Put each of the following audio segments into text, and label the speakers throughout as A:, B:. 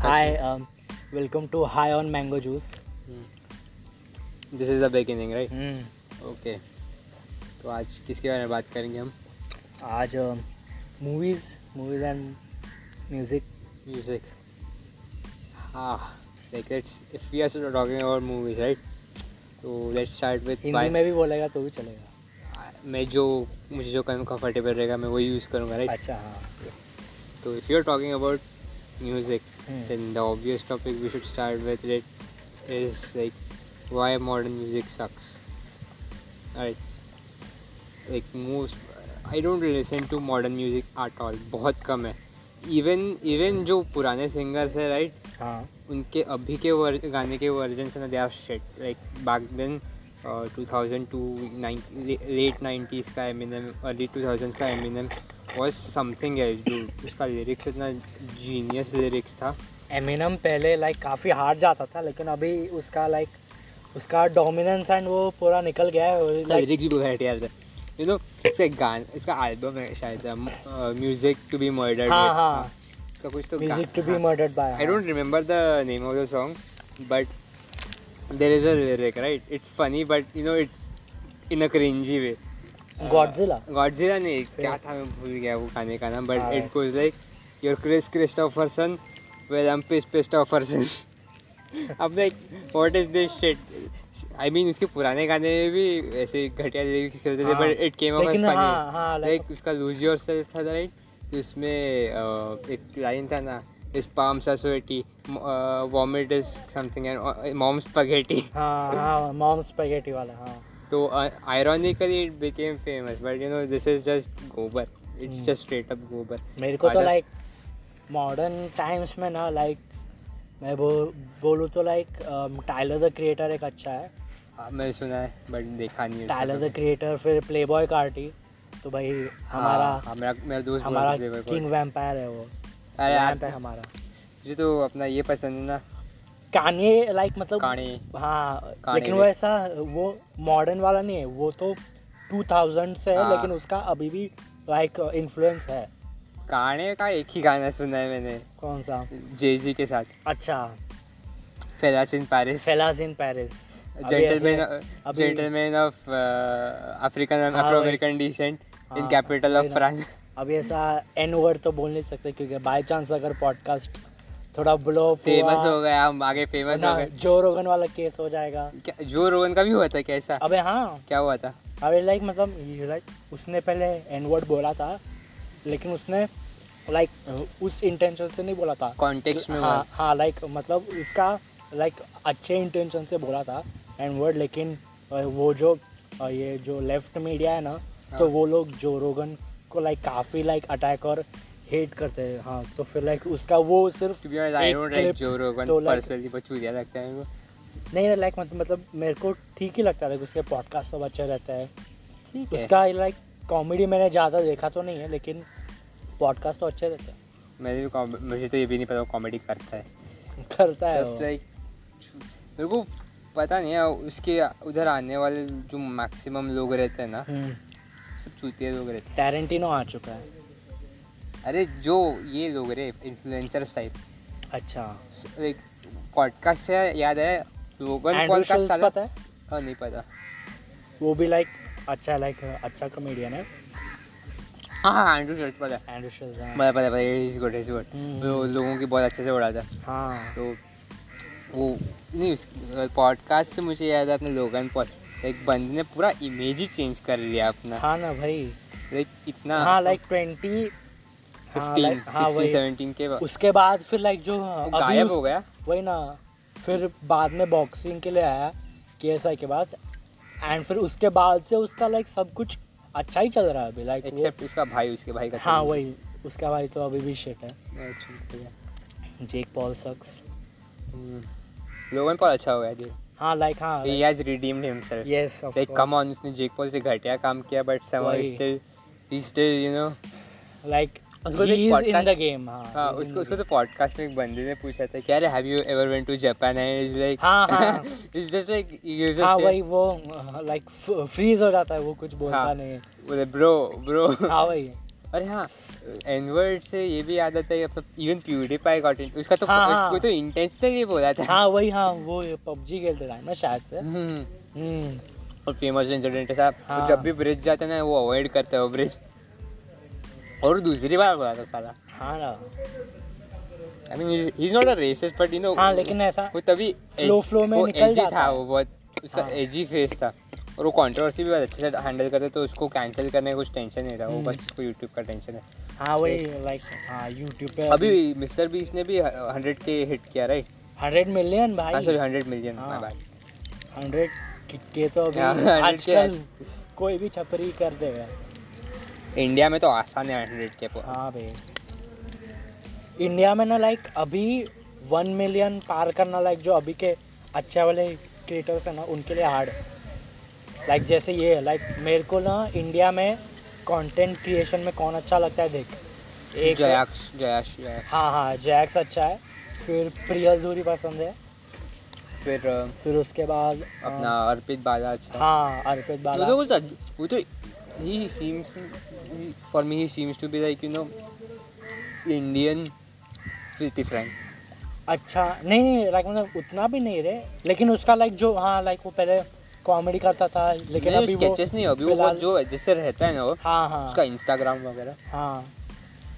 A: Hi, um, welcome to High on Mango Juice.
B: Hmm. This is the beginning right
A: Hmm.
B: Okay तो आज किसके बारे में बात करेंगे हम
A: आज um, movies movies and music
B: music हाँ like let's if we are talking about movies right तो लेट्स स्टार्ट विद
A: हिंदी में भी बोलेगा तो भी चलेगा
B: मैं जो मुझे जो कंफर्टेबल रहेगा मैं वही यूज़ करूँगा राइट
A: अच्छा हाँ
B: तो if you are talking about music
A: Hmm.
B: then the obvious topic we should start with it is like why modern music sucks right like most i don't listen to modern music at all बहुत कम है even even जो पुराने singers है right
A: हाँ
B: उनके अभी के वर, गाने के वर्जन है ना they are shit like back then two thousand to late nineties का एमिनम अर्ली टू थाउजेंड्स का एमिनम वॉज समथिंग है जो उसका लिरिक्स इतना जीनियस लिरिक्स था
A: एमिनम पहले लाइक काफ़ी हार्ड जाता था लेकिन अभी उसका लाइक उसका डोमिनेंस एंड वो पूरा निकल गया है
B: इसका
A: like,
B: लिरिक्स भी बहुत हट यार यू नो इसका एक गान इसका एल्बम है शायद म्यूजिक टू बी मर्डर्ड
A: हाँ हाँ
B: इसका कुछ तो
A: music to be murdered by
B: I don't remember the name of the song but there is a lyric right it's funny but you know it's in a cringy way
A: Godzilla
B: Godzilla नहीं क्या था मैं भूल गया वो गाने का नाम बट
A: हाँ,
B: it goes like your Chris Kristofferson well am piss Kristofferson अब like what is this shit I mean उसके पुराने गाने में भी ऐसे घटिया लिरिक्स होते थे
A: हाँ,
B: but it came of age
A: लेकिन हाँ
B: फनी
A: हाँ
B: लाइक
A: लाइक
B: उसका लूज योर सेल्फ था राइट उसमें अह, एक लाइन था ना इस पाम सा sweaty uh, vomit is something and mom spaghetti
A: हाँ हाँ मॉम स्पेगेटी वाला हाँ
B: तो ironically it became famous but you know this is just gober it's
A: Hmm.
B: just straight up gober
A: मेरे को तो
B: Others-
A: लाइक मॉडर्न टाइम्स में ना लाइक मैं बो, बोलूँ तो लाइक टाइलर द क्रिएटर एक अच्छा है
B: हाँ, मैंने सुना है बट देखा नहीं है उसको
A: टाइलर
B: कभी।
A: द क्रिएटर फिर प्ले बॉय कार्टी तो भाई
B: हाँ,
A: हमारा
B: हाँ, मेरा मेरा दोस्त बोला था
A: हमारा
B: Playboy
A: किंग वैम्पायर है वो
B: Carti। अरे यार
A: वैम्प है तो- हमारा
B: तुझे तो अपना ये पसंद है ना
A: कान्ये लाइक मतलब
B: काणे
A: हाँ
B: Kanye
A: लेकिन वो
B: West।
A: ऐसा वो मॉडर्न वाला नहीं है वो तो टू थाउजेंड से है
B: हाँ।
A: लेकिन उसका अभी भी लाइक इन्फ्लुएंस है
B: काणे का एक ही गाना सुना है मैंने
A: कौन सा
B: जेजी के साथ
A: अच्छा
B: fellas in Paris
A: fellas in Paris अभी
B: जेंटलमैन
A: अभी-
B: जेंटलमैन ऑफ uh, अफ्रीकन
A: हाँ,
B: अफ्रो अमेरिकन डिसेंट इन
A: हाँ,
B: कैपिटल ऑफ
A: वही ना।
B: फ्रांस
A: अभी ऐसा एन वर्ड तो बोल नहीं सकते क्योंकि बाय चांस अगर पॉडकास्ट थोड़ा ब्लो
B: फेमस हो गया हम आगे फेमस हो गए
A: जो रोगन वाला केस हो जाएगा
B: क्या- जो रोहन का भी हुआ था कैसा
A: अबे हाँ
B: क्या हुआ था
A: अबे लाइक मतलब लाइक उसने पहले एन वर्ड बोला था लेकिन उसने लाइक उस इंटेंशन से नहीं बोला था
B: कॉन्टेक्स्ट में
A: हाँ
B: हुआ
A: हाँ लाइक मतलब उसका लाइक अच्छे इंटेंशन से बोला था एन वर्ड लेकिन अ, वो जो अ, ये जो लेफ्ट मीडिया है ना तो
B: हाँ।
A: वो लोग जो रोगन को लाइक काफ़ी लाइक अटैक और हेट करते हैं हाँ तो फिर लाइक उसका वो सिर्फ
B: टू बी ऑनेस्ट आई
A: एक
B: डोंट लाइक
A: clip
B: जो रोगन
A: तो like-
B: पर्सनली बहुत चूतिया लगता है मेरे को
A: नहीं लाइक मतलब मतलब मेरे को ठीक ही लगता है like, उसके पॉडकास्ट सब अच्छा रहता है
B: ठीक है
A: उसका लाइक कॉमेडी मैंने ज़्यादा देखा तो नहीं है लेकिन पॉडकास्ट तो अच्छे रहते हैं
B: मैंने भी com- मुझे तो ये भी नहीं पता कॉमेडी करता है
A: करता है
B: जस्ट
A: वो।
B: लाइक मेरे को पता नहीं है उसके उधर आने वाले जो मैक्सिमम लोग रहते हैं ना
A: हम्म,
B: सब चूतिया लोग रहते
A: टैरेंटिनो आ चुका है
B: हैं अरे जो ये लोग रे इन्फ्लुएंसर्स टाइप
A: अच्छा
B: लाइक पॉडकास्ट से याद है रोगन
A: एंड्रू
B: कॉल का
A: शल्स
B: साला
A: पता है
B: हाँ, नहीं पता
A: वो भी लाइक अच्छा लाइक अच्छा कॉमेडियन है
B: हाँ हाँ एंड्रू शर्ट पता है
A: एंड्रू शल्स हाँ
B: पता पता पता इज गुड इज गुड
A: हम्म।
B: वो लोगों की बहुत अच्छे से उड़ाता है
A: हाँ
B: तो वो नहीं उस पॉडकास्ट से मुझे याद है अपने लोगन पॉल एक बंदे ने पूरा इमेज ही चेंज कर लिया अपना
A: हाँ ना भाई
B: लाइक इतना तो
A: हाँ लाइक ट्वेंटी हाँ
B: फिफ्टीन
A: like, हाँ
B: सिक्सटीन
A: वही
B: सेवनटीन के बाद
A: उसके बाद फिर लाइक जो
B: वो
A: अभी
B: गायब
A: उस-
B: हो गया
A: वही ना फिर बाद में बॉक्सिंग के लिए आया के के बाद एंड फिर उसके बाद से उसका लाइक सब कुछ अच्छा ही चल रहा है अभी लाइक
B: एक्सेप्ट उसका भाई उसके भाई का तो। अच्छा,
A: हाँ वही उसका भाई तो अभी भी शेट है जेक पॉल सक्स
B: हम्म। लोगन पॉल अच्छा हो गया जी
A: हाँ लाइक हाँ
B: he has redeemed himself
A: yes of
B: like come on उसने जेक पॉल से घटिया काम किया बट समहाउ
A: वही।
B: Still he still you know
A: like
B: उसको तो एक
A: इन द
B: podcast-
A: गेम हाँ
B: हाँ
A: he is in
B: उसको
A: the
B: उसको
A: game.
B: तो पॉडकास्ट में एक बंदे ने पूछा था क्या have you ever went to Japan and is like
A: हाँ, हाँ।
B: इज जस्ट लाइक यू
A: हाँ
B: जस्ट
A: वही वो लाइक फ्रीज हो जाता है वो कुछ बोलता
B: हाँ।
A: नहीं है।
B: बोले ब्रो ब्रो
A: हाँ वही
B: अरे हाँ एनवर्ड से ये भी याद आता है मतलब अपना इवन प्यूरीफाई गॉट इन उसका तो
A: हाँ, हाँ।
B: उसको तो इंटेंशनली बोला था
A: हाँ वही हाँ वो पबजी खेलते टाइम ना शायद से
B: हम्म।
A: हम्म
B: और फेमस इंसिडेंट है साहब
A: हाँ।
B: वो जब भी ब्रिज जाते हैं ना वो अवॉइड करता है वो ब्रिज और दूसरी बार बोला था साला
A: हाँ
B: तो
A: ना
B: I mean he is not a racist but you know
A: हाँ लेकिन ऐसा
B: वो तभी
A: Flow
B: edgy-
A: flow में
B: वो
A: निकल
B: edgy
A: जाता
B: था
A: है।
B: वो बहुत उसका
A: हाँ।
B: एजी फेस था और वो कंट्रोवर्सी भी बहुत अच्छे से हैंडल करते तो उसको कैंसिल करने का कुछ टेंशन नहीं था वो
A: हम्म।
B: बस उसको यूट्यूब का टेंशन है
A: हाँ वही लाइक हाँ यूट्यूब पे
B: अभी मिस्टर बीस ने भी हंड्रेड के हिट किया राइट
A: हंड्रेड मिलियन
B: हाँ
A: भाई
B: सॉरी हंड्रेड मिलियन
A: हाँ।
B: माय बैड
A: हंड्रेड के तो अभी
B: हाँ, 100 के
A: आजकल कोई भी छपरी कर देगा
B: इंडिया में तो आसान है हंड्रेड के हाँ।
A: हाँ भाई इंडिया में ना लाइक अभी वन मिलियन पार करना लाइक जो अभी के अच्छे वाले क्रिएटर्स हैं ना उनके लिए हार्ड है लाइक जैसे ये है लाइक मेरे को ना इंडिया में कंटेंट क्रिएशन में कौन अच्छा लगता है देख एक
B: जयाक्ष जयाक्ष जयाक्ष
A: हाँ हाँ जैक्स अच्छा है फिर प्रियल धूरी पसंद है
B: फिर अ,
A: फिर उसके बाद अ,
B: अपना अर्पित बाला अच्छा
A: हाँ अर्पित
B: वो
A: बाला
B: तो बोलता वो तो he seems for me he seems to be like you know Indian pretty frank
A: अच्छा नहीं नहीं लाइक मतलब उतना भी नहीं रे लेकिन उसका लाइक जो हाँ लाइक वो पहले कॉमेडी करता था लेकिन
B: नहीं
A: अभी वो
B: स्केचेस नहीं अभी वो
A: फिलहाल-
B: बहुत जो है, जिससे रहता है ना वो
A: हाँ हाँ
B: उसका इंस्टाग्राम वगैरह
A: हाँ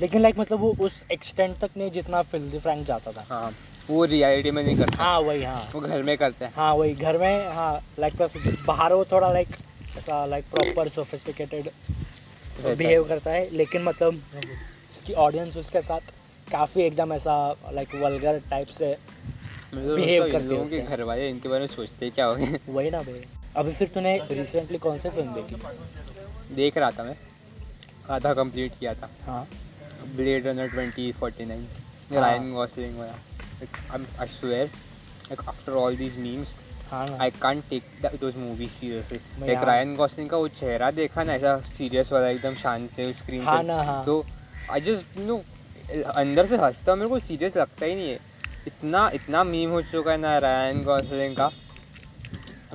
A: लेकिन लाइक मतलब वो उस एक्सटेंट तक नहीं जितना फिल्म फ्रैंक जाता था
B: हाँ वो रियलिटी में नहीं करता
A: हाँ वही हाँ
B: वो घर में करता है
A: हाँ वही घर में हाँ लाइक प्लस बाहर वो थोड़ा लाइक ऐसा लाइक प्रॉपर सोफिस्टिकेटेड
B: रहता है।
A: बिहेव करता है लेकिन मतलब उसकी ऑडियंस उसके साथ काफ़ी एकदम ऐसा लाइक वल्गर टाइप से
B: मुझे तो
A: behave
B: लगता है
A: करते
B: इन लोगों
A: होते
B: के
A: हैं।
B: घर वाले इनके बारे में सोचते क्या होंगे
A: वही ना भाई अभी फिर तूने रिसेंटली कौन सी फिल्म देखी
B: देख रहा था मैं आधा कंप्लीट किया था
A: हाँ
B: Blade Runner twenty forty nine
A: हाँ।
B: रायन गॉसलिंग वाला I swear like after all these memes
A: हाँ ना
B: I can't take those movies seriously
A: मैं
B: लाइक
A: यहाँ-
B: रायन गॉसलिंग का वो चेहरा देखा ना ऐसा सीरियस वाला एकदम शांत से स्क्रीन
A: हाँ ना, हाँ।
B: पे तो आई जस्ट यू नो अंदर से हंसता हूँ, मेरे को सीरियस लगता ही नहीं है इतना इतना मीम हो चुका है ना रायन गॉसलिंग का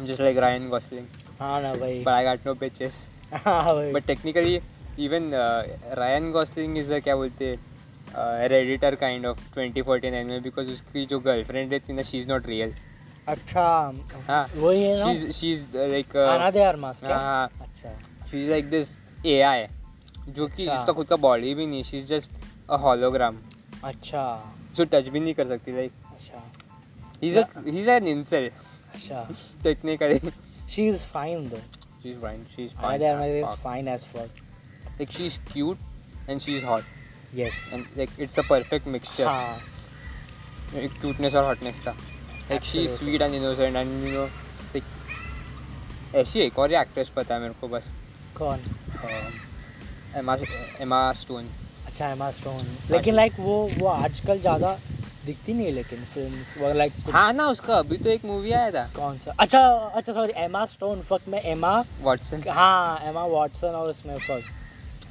B: जस्ट लाइक रायन गॉसलिंग
A: हाँ ना भाई
B: but I got no bitches
A: हाँ भाई
B: but technically even Ryan Gosling is क्या बोलते uh, हैं रेडिटर काइंड ऑफ 2049 में बिकॉज उसकी जो गर्लफ्रेंड रहती है ना शी इज़ नॉट रियल
A: अच्छा
B: हाँ
A: वही है ना
B: she she is like
A: Ana they Armas
B: uh, हाँ
A: अच्छा
B: she is like this A I जो कि
A: अच्छा।
B: इसका खुद का बॉडी भी नहीं she is just a hologram
A: अच्छा
B: जो टच भी नहीं कर सकती लाइक
A: अच्छा
B: ही इज़ एन इंसल्ट
A: अच्छा
B: technically
A: she is fine though
B: she is fine she is
A: आना दे यार
B: fine
A: is fine as for
B: like she is cute and she is hot
A: yes
B: and like it's a perfect mixture
A: हाँ
B: एक cuteness और hotness का एक she
A: Absolutely.
B: Sweet and innocent and you know like ऐसी एक और actress पता है मेरे को बस
A: कौन
B: एमा एमा स्टोन
A: अच्छा एमा स्टोन
B: हाँ
A: लेकिन लाइक वो वो आजकल ज़्यादा दिखती नहीं है लेकिन फिल्म वो लाइक
B: हाँ ना उसका अभी तो एक मूवी आया था
A: कौन सा अच्छा अच्छा सॉरी एमा स्टोन फक मैं एमा
B: वॉटसन
A: हाँ एमा वाटसन और उसमें फक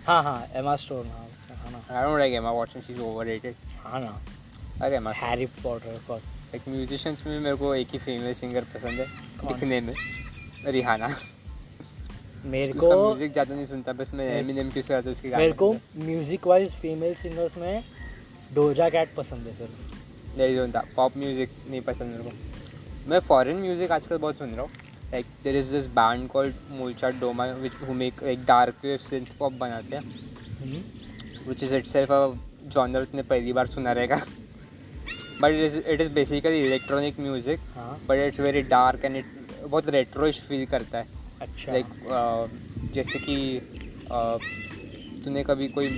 A: हाँ हाँ एमा स्टोन हाँ उसमें, हाँ ना
B: I don't like Emma Watson she is overrated
A: हाँ ना
B: अरे Emma
A: Harry Potter fuck
B: like musicians में मेरे को एक ही फीमेल सिंगर पसंद है
A: कौन?
B: दिखने में रिहाना
A: मेरे
B: उसका
A: को
B: म्यूजिक ज़्यादा नहीं सुनता बस मैं
A: मेरे-
B: एमिनेम की सुना था उसके गाने
A: मेरे को म्यूजिक वाइज फीमेल सिंगर्स में डोजा कैट पसंद है सर
B: नहीं सुनता पॉप म्यूजिक नहीं पसंद मेरे को मैं फॉरेन म्यूजिक आजकल बहुत सुन रहा हूँ like there is this band called Molchat Doma which who make एक डार्क वेव सिंथ पॉप बनाते हैं which is itself genre तुमने पहली बार सुना रहेगा but it is it is basically electronic music
A: हाँ
B: but it's very dark and it बहुत रेट्रोइश फील करता है
A: अच्छा
B: लाइक जैसे कि uh, तूने कभी कोई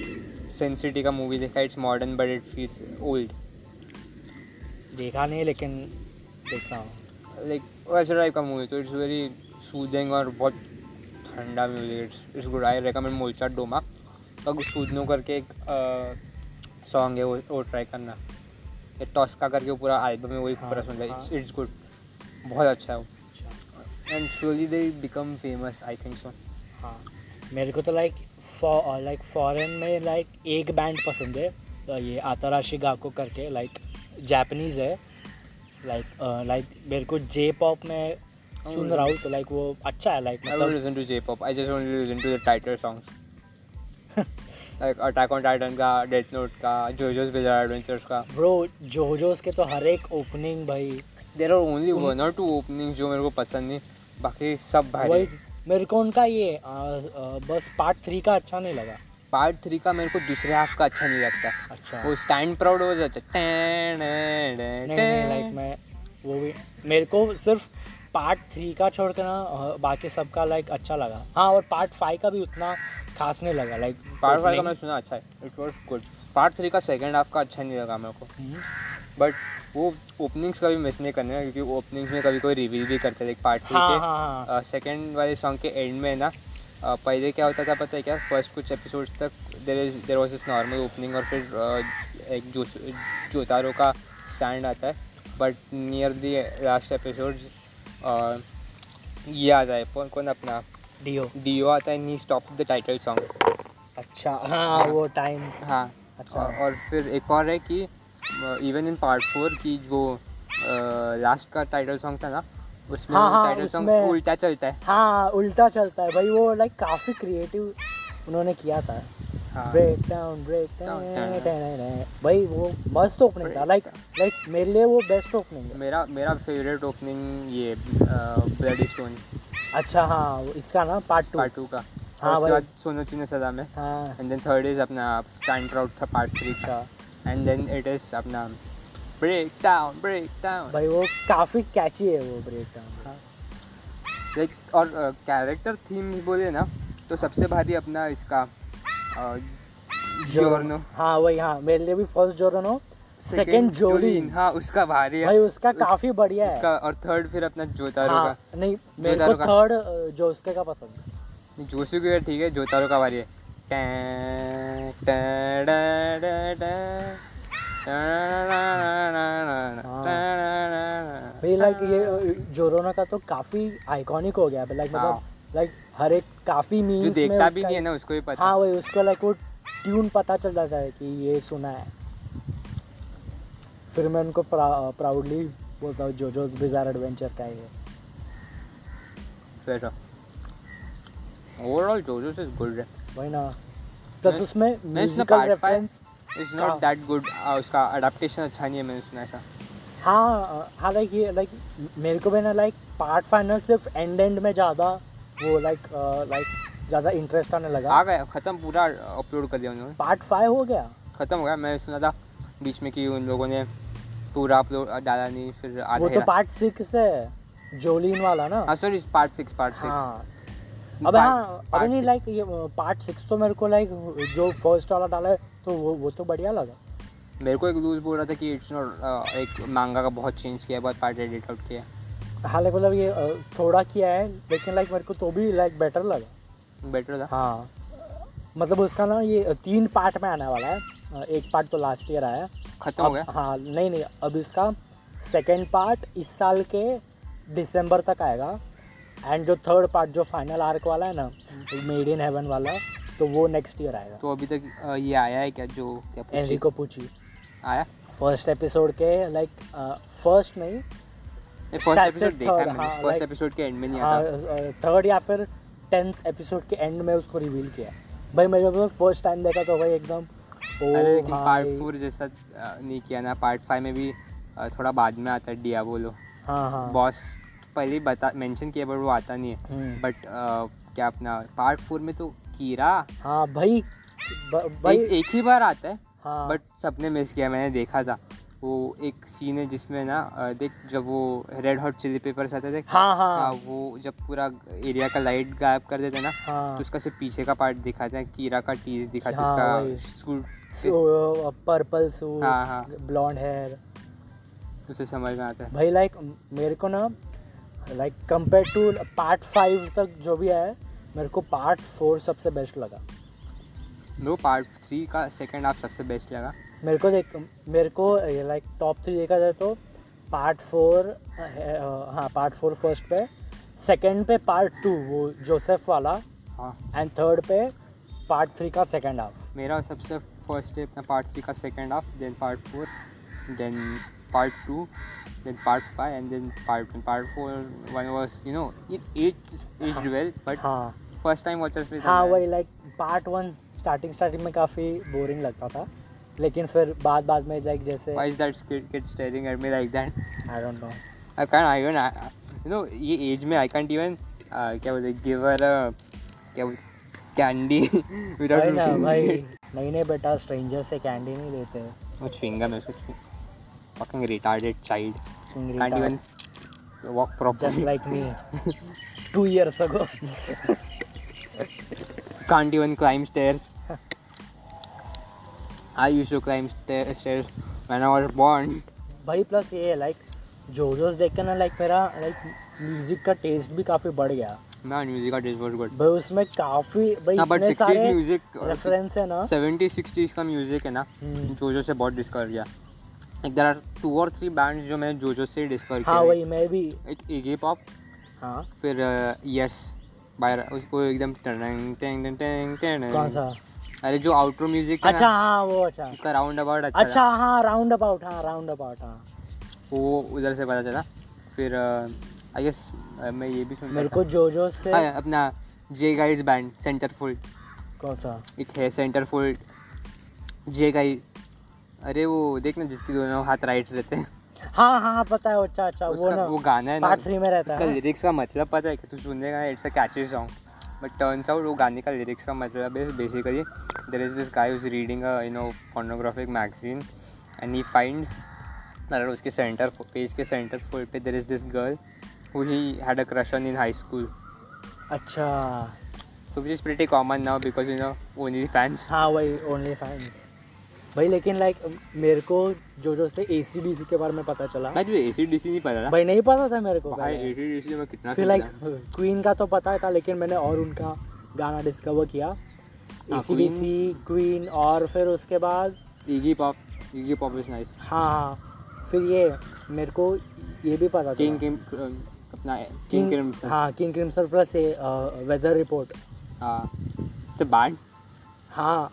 B: सेंसिटी का मूवी देखा it's modern but it feels old
A: देखा नहीं लेकिन देखता हूँ
B: लाइक वैसे टाइप का मूवी तो इट्स वेरी सूदिंग और बहुत ठंडा music it's it's good I recommend मोलचा Doma का सूदनो करके एक सॉन्ग है वो वो ट्राई करना ये टॉस्का करके वो पूरा एल्बम है वही
A: हाँ,
B: पूरा सुन
A: हाँ।
B: इट्स इट्स गुड बहुत अच्छा है वो
A: अच्छा
B: and slowly they become famous I think so
A: हाँ मेरे को तो लाइक लाइक फॉरेन में लाइक एक बैंड पसंद है अ, ये आताराशी गाको करके लाइक जापनीज़ है लाइक लाइक मेरे को जे पॉप में सुन रहा हूँ तो लाइक वो अच्छा है लाइक
B: आई डोंट
A: मतलब
B: listen to J pop I just only listen to the title songs like Attack on Titan का डेथ नोट का जोजोस बिजार एडवेंचर्स का
A: ब्रो जोजोस के तो हर एक ओपनिंग भाई
B: देर आर ओनली वन और टू ओपनिंग जो मेरे को पसंद नहीं बाकी सब भारी
A: वही मेरे को उनका ये आ, आ, बस पार्ट थ्री का अच्छा नहीं लगा
B: पार्ट थ्री का मेरे को दूसरे हाफ का अच्छा नहीं लगता
A: अच्छा
B: वो स्टैंड प्राउड हो जाता
A: नहीं नहीं लाइक मैं वो भी मेरे को सिर्फ पार्ट थ्री का छोड़ के ना अ, बाकी सबका लाइक अच्छा लगा हाँ और पार्ट फाइव का भी उतना खास नहीं लगा लाइक
B: पार्ट फाइव का मैंने सुना अच्छा है it was good part three का सेकेंड हाफ का अच्छा नहीं लगा मेरे को
A: हम्म।
B: बट वो ओपनिंग्स का भी मिस नहीं करना है, क्योंकि ओपनिंग्स में कभी कोई रिवील भी करते थे पार्ट थ्री
A: हाँ
B: के
A: हाँ हाँ
B: सेकेंड वाले सॉन्ग के एंड में ना अ, पहले क्या होता था पता है क्या फर्स्ट कुछ एपिसोड तक देर इज देर वॉज इस नॉर्मल ओपनिंग और फिर अ, एक जो जोतारो का स्टैंड आता है but near the last episode ये आता है कौन कौन अपना
A: डीओ
B: डीओ आता है नी स्टॉप्स द टाइटल सॉन्ग
A: अच्छा हाँ वो टाइम
B: हाँ
A: अच्छा
B: और और फिर एक और है कि इवन इन पार्ट फोर की जो लास्ट का टाइटल सॉन्ग था ना उसमें
A: हाँ, हाँ,
B: टाइटल सॉन्ग
A: उसमें-
B: उल्टा चलता है
A: हाँ उल्टा चलता है भाई वो लाइक काफी क्रिएटिव उन्होंने किया था
B: हाँ।
A: Break down break
B: Down, down,
A: down भाई वो मस्त ओपनिंग था लाइक लाइक मेरे लिए वो बेस्ट ओपनिंग है
B: मेरा मेरा फेवरेट ओपनिंग ये ब्लड स्टोन
A: अच्छा हाँ वो इसका ना पार्ट टू
B: पार्ट टू का
A: हाँ
B: हाँ उसके
A: भाई।
B: बाद सोनो चीने सदा में
A: हाँ
B: एंड देन थर्ड इज अपना स्टैंड प्राउड था पार्ट थ्री का
A: अच्छा
B: एंड देन इट इज अपना ब्रेक डाउन ब्रेक डाउन
A: भाई वो काफी कैची है वो ब्रेक
B: हाँ,
A: डाउन
B: लाइक और कैरेक्टर थीम्स बोले ना तो सबसे भारी अपना इसका जोर्नो
A: हाँ वही हाँ मेरे लिए भी फर्स्ट जोरनो सेकंड जोलिन
B: हाँ उसका भारी है
A: भाई उसका
B: उस-
A: काफी बढ़िया है
B: उसका और थर्ड फिर अपना जोतारो
A: हाँ नहीं मेरे को
B: जोतारो का।
A: थर्ड जोस्के का पसंद है
B: का जोशु की ठीक है जोतारो का भारी है टैं, टैं, डैं, डैं, डैं, टैं, ना, ना, ना, ना,
A: हाँ।
B: टैं, ना, ना, ना,
A: भाई लाइक ये जोरोना का तो काफी आइकॉनिक हो गया लाइक मतलब
B: हाँ।
A: लाइक हर एक काफी मीम्स
B: जो
A: में
B: देखता भी
A: उसका-
B: नहीं है ना उसको भी पता
A: हाँ वही उसको लाइक वो ट्यून पता चल जाता है कि ये सुना है फिर मैं उनको प्राउडली बोलता हूँ जोजोज बिजार एडवेंचर का ये
B: फिर तो। ओवरऑल जोजो इज गुड
A: वही ना प्लस
B: मैं-
A: उसमें
B: मैं इसने
A: musical
B: part five-
A: reference
B: is
A: हाँ।
B: नॉट दैट गुड उसका अडेप्टेशन अच्छा नहीं है मैंने सुना ऐसा
A: हाँ हाँ लाइक ये लाइक मेरे को भी ना लाइक पार्ट फाइनल सिर्फ एंड एंड में ज़्यादा वो लाइक लाइक ज़्यादा इंटरेस्ट आने
B: आ
A: लगा
B: गया खत्म पूरा अपलोड कर दिया उन्होंने
A: पार्ट फाइव हो गया
B: खत्म हो गया मैंने सुना था बीच में कि उन लोगों ने पूरा अपलोड डाला नहीं फिर
A: वो तो
B: आधा
A: पार्ट सिक्स है जोलिन वाला ना
B: हाँ Hmm, sorry part six part six
A: हाँ अब हाँ अभी नहीं लाइक ये पार्ट सिक्स तो मेरे को लाइक जो फर्स्ट वाला डाला है तो वो वो तो बढ़िया लगा
B: मेरे को एक लूज बोल रहा था कि इट्स नॉट एक मांगा का बहुत चेंज किया है बहुत पार्ट एडिट आउट किया
A: हालांकि मतलब ये अ, थोड़ा किया है लेकिन लाइक मेरे को तो भी लाइक बेटर लगा
B: है बेटर था
A: हाँ मतलब उसका ना ये तीन पार्ट में आने वाला है अ, एक पार्ट तो लास्ट ईयर आया
B: खत्म हो
A: अब-
B: गया
A: हाँ नहीं नहीं अब इसका सेकेंड पार्ट इस साल के दिसंबर तक आएगा एंड जो थर्ड पार्ट जो फाइनल आर्क वाला है ना मेड इन हेवन वाला तो वो नेक्स्ट ईयर आएगा
B: हम्म। तो अभी तक अ, ये आया है क्या जो क्या पूछी?
A: एनरी को पूछी
B: आया
A: फर्स्ट एपिसोड के लाइक फर्स्ट नहीं
B: फर्स्ट
A: शायद से
B: एपिसोड देखा है
A: third, हाँ,
B: मैंने फर्स्ट
A: like- हाँ,
B: एपिसोड के एंड में नहीं आता
A: थर्ड या फिर टेंथ एपिसोड के एंड में उसको रिवील किया भाई मेरे को फर्स्ट टाइम देखा तो भाई एकदम oh ओ
B: अरे लेकिन
A: भाई,
B: पार्ट फोर जैसा अ, नहीं किया ना पार्ट फाइव में भी अ, थोड़ा बाद में आता है डिया बोलो
A: हाँ हाँ
B: बॉस पहले ही बता मेंशन किया बट वो आता नहीं है
A: हम्म,
B: बट क्या अपना पार्ट फोर में तो कीरा
A: हाँ भाई ब- भाई
B: एक, एक ही बार आता है
A: हाँ
B: बट सबने मिस किया मैंने देखा था वो एक सीन है जिसमें ना अ, देख जब वो रेड हॉट चिली पेपर्स आते थे
A: हाँ
B: हाँ,
A: हाँ
B: वो जब पूरा एरिया का लाइट गायब कर देते ना
A: हाँ
B: तो उसका सिर्फ पीछे का पार्ट दिखाते हैं कीरा का टीज दिखाते हैं
A: हाँ, वही।
B: उसका सूट
A: तो, पर्पल सूट
B: हाँ, हाँ।
A: ब्लॉन्ड हेयर
B: उसे समझ में आता है
A: भाई लाइक मेरे को ना like compare to part five तक जो भी है मेरे को पार्ट फोर सबसे बेस्ट लगा
B: नो पार्ट थ्री का सेकेंड हाफ सबसे बेस्ट लगा
A: मेरे को देख मेरे को लाइक टॉप थ्री देखा जाए तो पार्ट फोर हाँ पार्ट फोर फर्स्ट पे सेकंड पे पार्ट टू वो जोसेफ वाला
B: हाँ
A: एंड थर्ड पे पार्ट थ्री का सेकंड हाफ
B: मेरा सबसे फर्स्ट है अपना पार्ट थ्री का second half then part four then part two then part five and then part one part four one was you know it it is
A: हाँ।
B: Twelve but
A: हाँ
B: first time watchers में
A: हाँ वही like part one starting starting में काफ़ी boring लगता था लेकिन फिर बाद बाद में लाइक जैसे
B: why is that kid staring at me like that
A: I don't know
B: I can't even you know ये एज में आई कैंट इवन uh, क्या बोलते गिव हर क्या बोलते कैंडी विदाउट
A: भाई ना भाई नहीं नहीं बेटा स्ट्रेंजर से कैंडी नहीं लेते
B: वो chewing-gum है उसको chewing fucking retarded child can't even walk
A: just
B: properly
A: like me two years ago
B: can't even climb stairs I used to climb sta- stairs when I was born
A: भाई plus ये है like JoJo's देख के ना like मेरा like music का taste भी काफ़ी बढ़ गया
B: ना music का taste was good
A: भाई उसमें काफ़ी भाई
B: हाँ बट
A: तो इतने
B: सिक्सटीज
A: सारे
B: म्यूजिक
A: रेफरेंस है ना
B: सेवेंटी सिक्सटीज का म्यूजिक है ना
A: हम्म।
B: जोजो से बहुत डिस्कवर किया एक देर आर टू और थ्री बैंड जो मैंने जोजो से डिस्कवर
A: हाँ
B: किया
A: वही मैं भी
B: एक एगे पॉप
A: हाँ
B: फिर यस बाय उसको एकदम टंग टंग टंग
A: कौन
B: टंग
A: सा
B: अरे जो आउटरो म्यूजिक था
A: अच्छा
B: ना
A: हाँ वो अच्छा
B: उसका राउंड अबाउट अच्छा
A: अच्छा
B: था,
A: हाँ राउंड अबाउट हाँ राउंड अबाउट हाँ
B: वो उधर से पता चला फिर uh, आई गेस मैं ये भी सुन
A: मेरे को जोजो से
B: हाँ, अपना जे गाइज बैंड सेंटरफोल्ड
A: कौन सा
B: एक है सेंटरफोल्ड जे का ही अरे वो देख ना जिसकी दोनों हाथ राइट रहते हैं
A: हाँ हाँ हाँ, पता है अच्छा अच्छा वो
B: उसका
A: ना
B: वो गाना है ना
A: पार्ट थ्री में रहता
B: उसका
A: है हाँ।
B: लिरिक्स का मतलब पता है कि तू सुनेगा it's a catchy song but turns out वो गाने का लिरिक्स का मतलब है basically there is this guy is reading you know pornographic magazine and he find अरे उसके सेंटर पेज के सेंटर फोल्ड पे there is this girl who he had a crush on in high school
A: अच्छा
B: so which is pretty common now because you know OnlyFans
A: हाँ वही only fans भाई लेकिन like मेरे को जोजो से ए के बारे में पता चला
B: मैं तुझे ए सी डी सी नहीं पता था
A: भाई नहीं पता था मेरे को
B: भाई
A: पहले।
B: ए सी डी सी में कितना
A: फिर
B: सुना
A: लाइक क्वीन का तो पता था लेकिन मैंने और उनका गाना डिस्कवर किया ए
B: हाँ,
A: सी डी सी क्वीन और फिर उसके बाद
B: Iggy Pop Iggy Pop is nice
A: हाँ हाँ फिर ये मेरे को ये भी पता
B: किंग
A: चला
B: किम uh, अपना किंग क्रिम्सन
A: हाँ किंग क्रिम्सन प्लस ये वेदर रिपोर्ट
B: हाँ इट्स अ बैंड
A: हाँ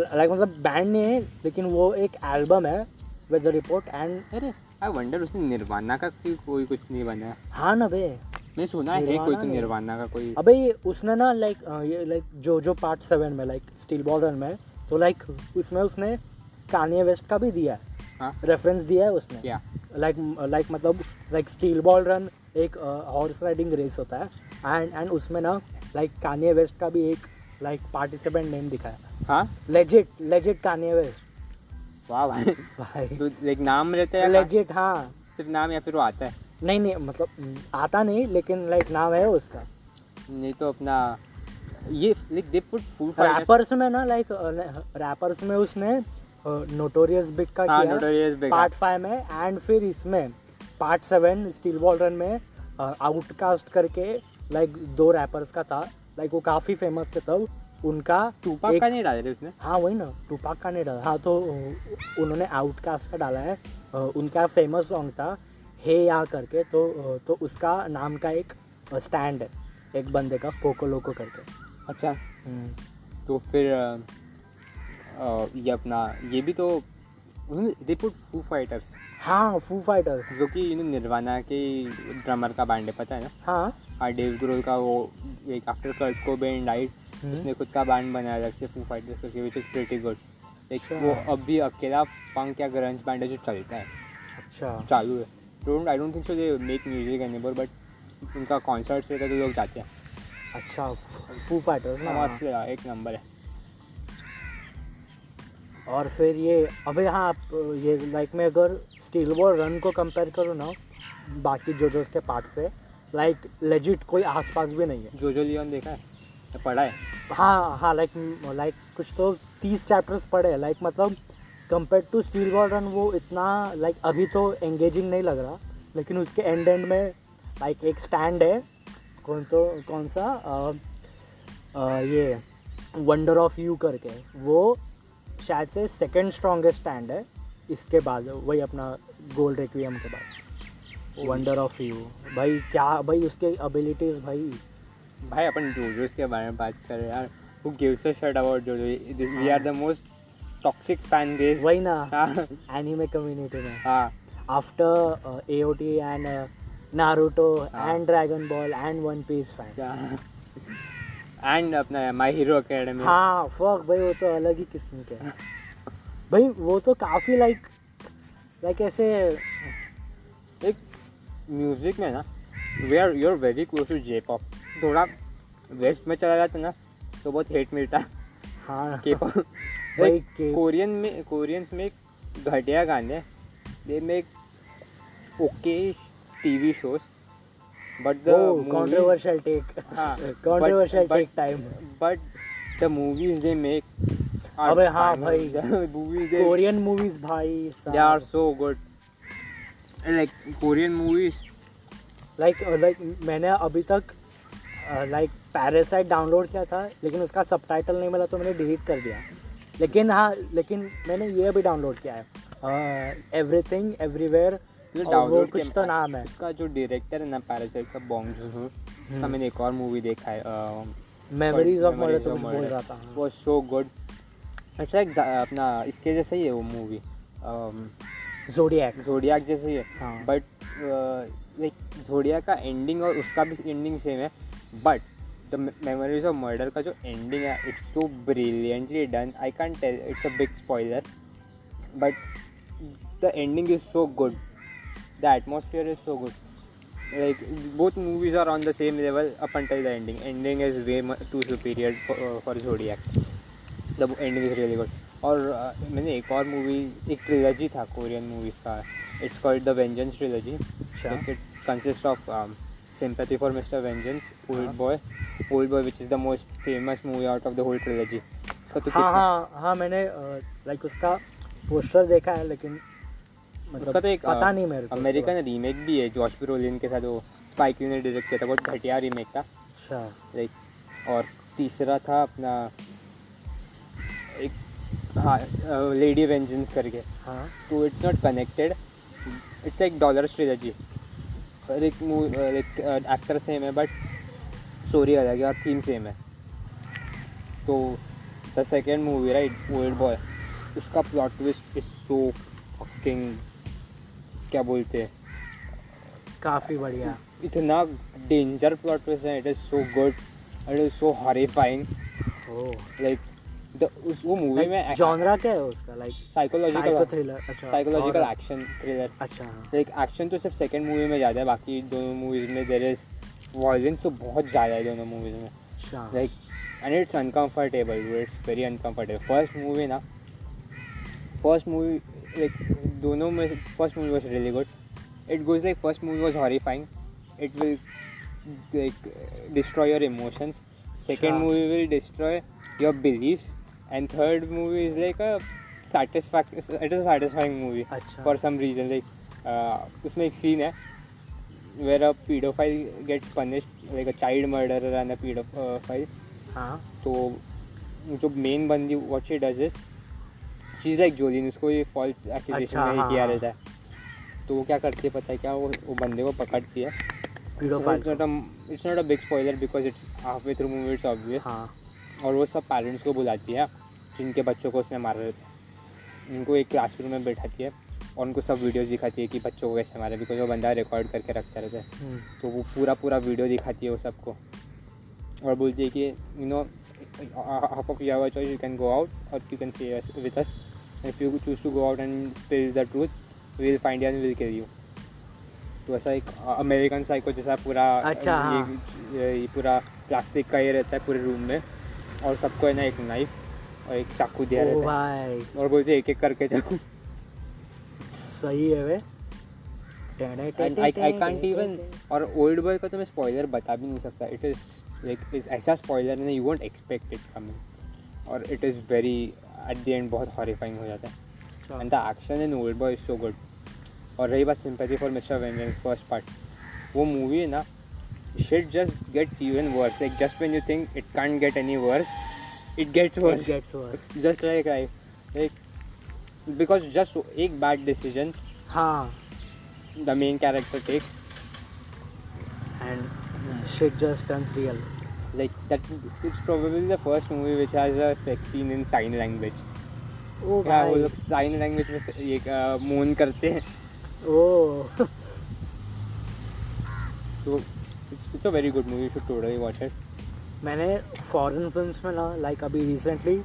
A: लाइक मतलब बैंड नहीं है लेकिन वो एक एल्बम है वेदर रिपोर्ट एंड
B: अरे आई वंडर उसने निर्वाणा का कोई कोई कुछ नहीं बनाया
A: हाँ ना बे
B: मैं सुना है
A: निर्वाणा
B: कोई तो
A: नहीं।
B: निर्वाणा का कोई
A: अबे ये उसने ना लाइक ये लाइक जो जो पार्ट सेवन में लाइक स्टील बॉर्डर में तो लाइक उसमें उसने कानिया वेस्ट का भी दिया है
B: हाँ
A: रेफरेंस दिया है उसने
B: क्या
A: लाइक लाइक मतलब लाइक स्टील बॉल रन एक uh, हॉर्स राइडिंग रेस होता है एंड एंड उसमें ना लाइक कानिया वेस्ट का भी एक लाइक पार्टिसिपेंट नेम दिखा है
B: हाँ
A: लेजिट लेजिट कानिया वेस्ट
B: वाह भाई
A: भाई
B: तो एक नाम रहता है या
A: लेजिट हाँ
B: सिर्फ नाम या फिर वो आता है
A: नहीं नहीं मतलब हम्म, आता नहीं लेकिन लाइक नाम है उसका
B: नहीं तो अपना ये like they put full
A: rappers में ना लाइक रैपर्स में उसने नोटोरियस बिग का
B: हाँ
A: किया
B: नोटोरियस बेकार
A: पार्ट फाइव में एंड फिर इसमें part seven Steel ball Run में आउटकास्ट करके लाइक दो रैपर्स का था लाइक वो काफ़ी फेमस थे तब उनका
B: टूपाक
A: एक-
B: का नहीं डाले थे उसने
A: हाँ वही ना टूपाक का नहीं डाला हाँ तो अ, उन्होंने आउटकास्ट का डाला है अ, उनका फेमस सॉन्ग था हे या करके तो अ, तो उसका नाम का एक स्टैंड है एक बंदे का पोको लोको करके
B: अच्छा तो फिर अ, अ, ये अपना ये भी तो दे पुट फू फाइटर्स
A: हाँ फू फाइटर्स
B: जो कि यू निर्वाणा के ड्रमर का बैंड है पता है ना
A: हाँ
B: हाँ डेव ग्रोल का वो एक after Kurt Cobain died hmm. उसने खुद का बैंड बनाया अलग से फू फाइटर्स करके विच इज़ प्रेटी गुड एक
A: अच्छा।
B: वो अब भी अकेला पंक या ग्रंज बैंड है जो चलता है
A: अच्छा
B: चालू है don't I don't think so they make music anymore but उनका कॉन्सर्ट्स रहता है तो लोग जाते हैं
A: अच्छा फू फाइटर्स ना
B: मस्त है, एक नंबर है
A: और फिर ये अबे हाँ आप ये लाइक मैं अगर स्टील बॉल रन को कंपेयर करूँ ना बाकी जो जो उसके पार्ट से लाइक लेजिट कोई आसपास भी नहीं है
B: जो जो लियोन देखा है या पढ़ा है
A: हाँ हाँ लाइक लाइक कुछ तो तीस चैप्टर्स पढ़े हैं लाइक मतलब compare to Steel ball Run वो इतना लाइक अभी तो एंगेजिंग नहीं लग रहा लेकिन उसके एंड एंड में लाइक एक स्टैंड है कौन तो कौन सा अ, अ, ये वंडर ऑफ यू करके वो शायद से सेकंड स्ट्रॉन्गेस्ट स्टैंड है इसके बाद वही अपना गोल रेक्वियम के बाद वंडर ऑफ यू भाई क्या भाई उसके एबिलिटीज़ भाई
B: भाई अपन जोजोस के बारे में बात कर रहे हैं यार who gives a shit about JoJo we are the most toxic fan base
A: हाँ। वही ना
B: हाँ
A: एनीमे कम्युनिटी में
B: हाँ
A: after uh, AOT and uh, Naruto
B: Ah.
A: and Dragon Ball and One Piece fans.
B: Yeah. And अपना My Hero Academia
A: हाँ fuck भाई वो तो अलग ही किस्म के हैं। भाई वो तो काफ़ी लाइक लाइक ऐसे
B: एक म्यूजिक में ना we are you are very close to J pop थोड़ा वेस्ट में चला जाता ना तो बहुत हेट मिलता
A: हाँ
B: के पॉप
A: भाई K-
B: कोरियन में कोरियंस में घटिया गाने they make okay TV shows but
A: वो
B: द
A: कॉन्ट्रोवर्शियल टेक
B: हाँ,
A: controversial
B: but-
A: take time
B: but the movies they make
A: अबे हाँ भाई।
B: मूवीज दे
A: कोरियन मूवीज भाई
B: they are so good and like korean movies
A: like like uh, मैंने अभी तक uh, like Parasite download किया था लेकिन उसका सबटाइटल नहीं मिला तो मैंने डिलीट कर दिया लेकिन हाँ लेकिन मैंने ये भी डाउनलोड किया है Uh, एवरीथिंग एवरीवेयर
B: जो
A: वो
B: डाउनलोड
A: कुछ तो नाम है
B: उसका जो डायरेक्टर है ना पैरासाइट का बॉन्ग जून उसका
A: हम्म।
B: मैंने एक और मूवी देखा है
A: मेमोरीज ऑफ मर्डर तो कुछ
B: Memories of
A: बोल
B: Murder.
A: रहा था हाँ।
B: वो सो गुड अच्छा एक जा- अपना इसके जैसा ही है वो मूवी
A: Zodiac.
B: जोडियाक जैसे ही है
A: हाँ
B: बट लाइक जोडिया का एंडिंग और उसका भी एंडिंग सेम है but the Memories of Murder का जो एंडिंग है it's so brilliantly done I can tell it's a big spoiler but the ending is so good the atmosphere is so good like both movies are on the same level up until the ending ending is way mu- too superior for, uh, for zodiac the ending is really good और uh, मैंने एक और movie एक trilogy था Korean movies का it's called the Vengeance Trilogy
A: अच्छा
B: it consist of Sympathy for Mr Vengeance Old
A: हाँ।
B: Boy Old Boy which is the most famous movie out of the whole trilogy उसका तो
A: हाँ
B: कितना-
A: हाँ हाँ मैंने लाइक उसका पोस्टर देखा है लेकिन मतलब
B: उसका तो एक,
A: पता
B: अ,
A: नहीं मेरे को
B: अमेरिकन रीमेक भी है जॉश ब्रोलिन के साथ वो स्पाइक ने डायरेक्ट किया था बहुत घटिया रीमेक था
A: अच्छा
B: लाइक और तीसरा था अपना एक हाँ लेडी वेंजेंस करके
A: हाँ
B: तो it's not connected it's like dollar strategy और एक लाइक एक्टर सेम है बट स्टोरी अलग है और थीम सेम है तो the second movie right Old Boy उसका plot twist is so fucking क्या बोलते हैं
A: काफ़ी बढ़िया
B: इतना डेंजर प्लॉट ट्विस्ट है it is so good it is so horrifying
A: oh
B: like the उस वो मूवी में
A: जॉनरा Oh, क्या है उसका लाइक साइको
B: साइकोलॉजिकल
A: थ्रिलर अच्छा
B: साइकोलॉजिकल
A: और-
B: एक्शन थ्रिलर
A: अच्छा हाँ।
B: लाइक एक्शन तो सिर्फ सेकंड मूवी में ज़्यादा है बाकी दोनों मूवीज़ में देर इज वॉयलेंस तो बहुत ज़्यादा है दोनों मूवीज़ में
A: अच्छा
B: like and it's uncomfortable it's very uncomfortable first movie ना फर्स्ट मूवी लाइक दोनों में first movie was really good it goes like first movie was horrifying it will like destroy your emotions second
A: Sure.
B: Movie will destroy your beliefs and third movie is like a satisfact it is satisfying movie
A: अच्छा
B: for some reason like uh, उसमें एक scene है where a paedophile gets punish like a child murder and a paedophile
A: हाँ
B: तो जो main बंदी what she does is she is like जोलिन उसको ये फॉल्स एक्यूजेशन
A: अच्छा,
B: में
A: हाँ,
B: किया
A: हाँ।
B: रहता है तो वो क्या करती है पता है क्या वो वो बंदे को पकड़ती है
A: pedophile
B: it's not a it's not a big spoiler because it's halfway through movie it's obvious
A: हाँ
B: और वो सब पेरेंट्स को बुलाती है जिनके बच्चों को उसने मारा रहता है उनको एक क्लासरूम में बैठाती है और उनको सब वीडियोस दिखाती है कि बच्चों को कैसे मारा बिकॉज वो बंदा रिकॉर्ड करके रखता रहता है
A: हम्म,
B: तो वो पूरा पूरा वीडियो दिखाती है वो सबको और बोलती है कि you know half of your choice you can go out और you can stay with us if you choose to go out and spill the truth will find and will kill you तो ऐसा एक American psycho जैसा पूरा
A: अच्छा,
B: ये-
A: हाँ।
B: ये, ये पूरा प्लास्टिक का ये रहता है पूरे रूम में और सबको है ना एक नाइफ और एक चाकू दिया
A: ओ
B: रहता
A: भाई
B: है और बोलते एक एक करके चाकू
A: सही है वे
B: And I, I can't even और ओल्ड बॉय का तो मैं स्पॉइलर बता भी नहीं सकता इट इज़ लाइक ऐसा स्पॉइलर है you won't expect it coming और it is very at the end बहुत हॉरीफाइंग हो जाता है and the action in Old Boy is so good और रही बात Sympathy for Mr Vengeance first part वो मूवी है ना shit just gets even worse like just when you think it can't get any worse it gets
A: It
B: worse
A: gets worse.
B: Just like I like because just एक bad decision
A: हाँ
B: the main character takes
A: and shit just turns real.
B: Like that, it's probably the first movie which has a sex scene in sign language.
A: Oh
B: क्या वो
A: भाई,
B: लोग sign language में से- ये moon करते हैं
A: oh
B: तो it's it's a very good movie. You should totally watch it.
A: मैंने फॉरेन फिल्म्स में ना लाइक अभी रिसेंटली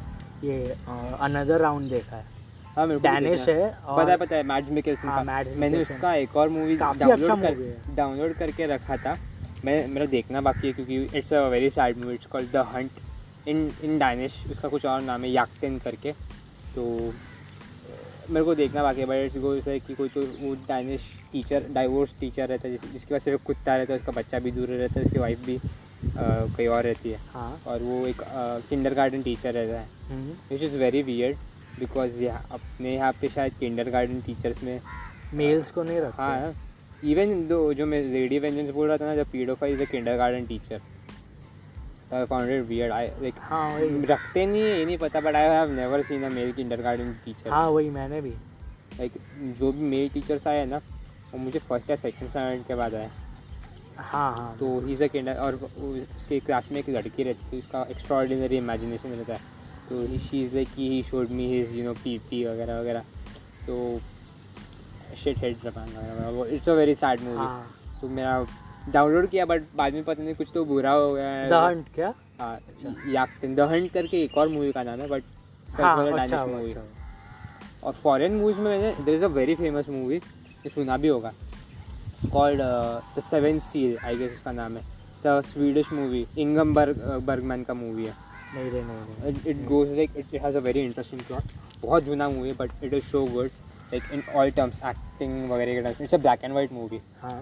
A: ये अनदर राउंड देखा है
B: हाँ मेरे को भी
A: डैनिश
B: देखना
A: है
B: पता है
A: और
B: पता है मैड्स मिकेल्सन
A: हाँ,
B: का
A: मैड्स
B: मैंने
A: मिकेल्सन।
B: उसका एक और मूवी
A: काफी
B: डाउनलोड
A: अच्छा movie
B: कर
A: है।
B: डाउनलोड करके रखा था मैं मेरा देखना बाकी है क्योंकि it's a very sad movie it's called the Hunt in in Danish उसका कुछ और नाम है याकटेन करके तो अ, मेरे को देखना बाकी है बट इट्स गोज है कि कोई तो वो डैनिश टीचर डाइवोर्स टीचर रहता है जिस, जिसके पास सिर्फ कुत्ता रहता है उसका बच्चा भी दूर रहता है उसकी वाइफ भी अ, कहीं और रहती है
A: हाँ
B: और वो एक किंडर गार्डन टीचर रहता है
A: हम्म,
B: which is very weird because यहाँ अपने यहाँ पे शायद किंडर गार्डन टीचर्स में
A: मेल्स को नहीं रखा है
B: हाँ इवन दो जो मैं लेडी वेंजेंस बोल रहा था ना the pedophile is a kindergarten teacher I found it weird I like
A: हाँ वही
B: रखते नहीं है ये नहीं पता but I have never seen a male kindergarten teacher
A: हाँ वही मैंने भी
B: लाइक जो भी मेल टीचर्स आए हैं ना वो मुझे फर्स्ट या सेकंड स्टैंडर्ड के बाद आए
A: हाँ हाँ
B: तो ही इज़ अ किंडर और वो- उसके क्लास में एक लड़की रहती है उसका एक्स्ट्रॉर्डिनरी इमेजिनेशन रहता है तो शी इज़ लाइक कि he showed me his you know P P वगैरह वगैरह तो शिट हेड जापान वगैरह it's a very sad movie
A: हाँ
B: तो मेरा डाउनलोड किया बट बाद में पता नहीं कुछ तो बुरा हो गया है
A: द हंट क्या
B: हाँ, याकटिन द हंट करके एक और मूवी का नाम है बट
A: हाँ
B: सर्कुलर
A: अच्छा
B: डायनेश
A: हुआ,
B: मूवी
A: अच्छा
B: और फॉरेन मूवीज में मैंने there is a very famous movie ये सुना भी होगा uh, called the seven seal I guess उसका नाम है Swedish movie Ingmar Berg Bergman uh, का मूवी है
A: हुआ। नहीं रे नहीं रे
B: it goes like it has a very interesting plot बहुत जूना मूवी है but it is show good like in all terms acting वगैरह के terms it's a black and white movie
A: हाँ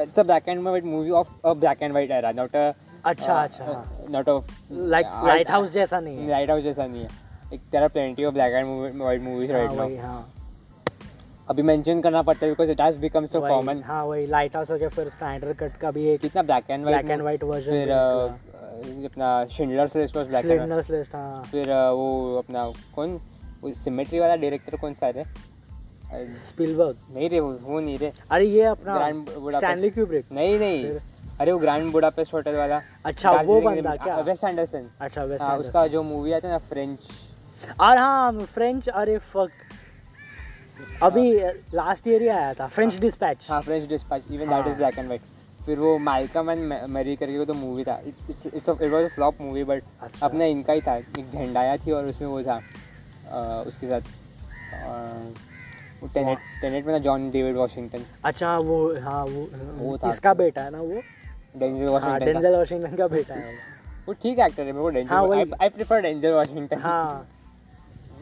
B: it's a black and white movie of a black and white era not a
A: अच्छा
B: uh,
A: अच्छा हाँ
B: not of
A: like lighthouse जैसा नहीं है
B: lighthouse uh, जैसा नहीं है एक तरह plenty of black and white movies
A: हाँ
B: राइट
A: वही
B: नाउ
A: हाँ
B: अभी मेंशन करना पड़ता है because it has become so
A: वही,
B: कॉमन
A: हाँ वही लाइट हाउस हो गया फिर स्नाइडर कट का भी एक
B: कितना black and white
A: black and white version
B: फिर uh, अ, अपना Schindler's list was black and
A: स्लिमलेस लिस्ट हाँ
B: फिर अ, वो अपना कौन वो सिमेट्री वाला डायरेक्टर कौन सा है अ,
A: स्पिलबर्ग
B: नहीं रे वो वो नहीं रे
A: अरे ये अपना
B: Grand Budapest-
A: स्टैनली क्यूब्रिक
B: नहीं नहीं
A: फिर?
B: अरे वो ग्रैंड बुडापेस्ट होटल वाला
A: अच्छा, वो
B: दार्जिलिंग
A: बंदा
B: रिम-
A: क्या?
B: अ, वेस एंडरसन
A: अच्छा वैसे
B: हाँ उसका जो मूवी आता है ना फ्रेंच
A: और हाँ फ्रेंच अरे फक अभी लास्ट ईयर ही आया था फ्रेंच डिस्पैच
B: हाँ फ्रेंच डिस्पैच इवन दैट
A: हाँ।
B: इज ब्लैक एंड वाइट फिर वो मालकम एंड मैरी करके वो तो मूवी था it was a flop movie but
A: अच्छा।
B: अपना इनका ही था एक झंडाया थी और उसमें वो था अ, उसके साथ टेनेट
A: हाँ।
B: टेनेट में ना जॉन डेविड वॉशिंगटन
A: अच्छा हाँ, वो हाँ वो,
B: वो था।
A: इसका बेटा है ना वो
B: डेंजल
A: हाँ
B: वॉशिंगटन
A: डेंजल वॉशिंगटन का बेटा है वो।
B: वो ठीक एक्टर है मेरे को
A: हाँ, वही।
B: Denzel I prefer Denzel Washington
A: हाँ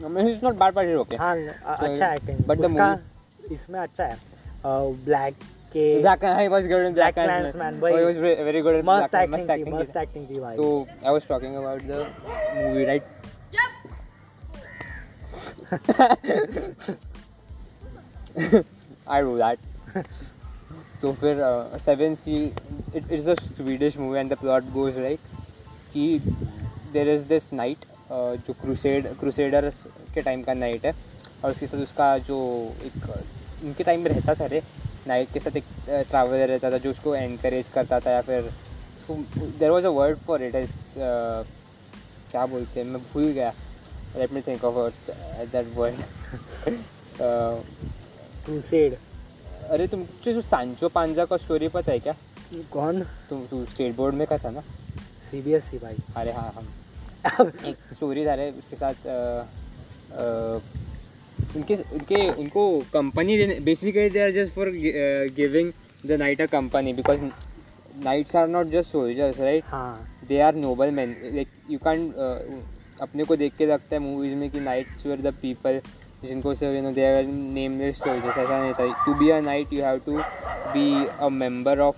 B: is not bad but okay
A: हाँ अ- अच्छा एक्टिंग
B: तो but the
A: उसका इसमें अच्छा है ब्लैक के
B: black I was good in
A: Black
B: black and
A: Klansman,
B: man
A: वही।
B: वाज वेरी गुड
A: मस्त एक्टिंग थी मस्त एक्टिंग थी भाई
B: So I was talking about the movie, right? I do that. तो फिर uh, Seven Seal, it is a Swedish movie and the plot goes like कि there is this knight uh, जो crusade crusaders के time का knight है और उसके साथ उसका जो एक uh, उनके time में रहता था रे knight के साथ एक ट्रैवलर रहता था जो उसको encourage करता था या फिर उसको there was a word for it is uh, क्या बोलते हैं मैं भूल गया let me think of that word
A: crusade
B: Uh, अरे तुमको जो सांचो पांजा का स्टोरी पता है क्या
A: कौन
B: तुम तू स्टेट बोर्ड में का था ना
A: सीबीएसई भाई
B: अरे हाँ हम एक स्टोरी था रे उसके साथ अ, अ, उनके उनके उनको कंपनी देने basically they are just for uh, giving the knight a company because knights are not just soldiers right
A: हाँ
B: they are noble man like you can uh, अपने को देख के लगता है मूवीज में कि नाइट्स वर द पीपल जिनको से you know they are nameless soldiers ऐसा नहीं था to be a knight you have to be a member of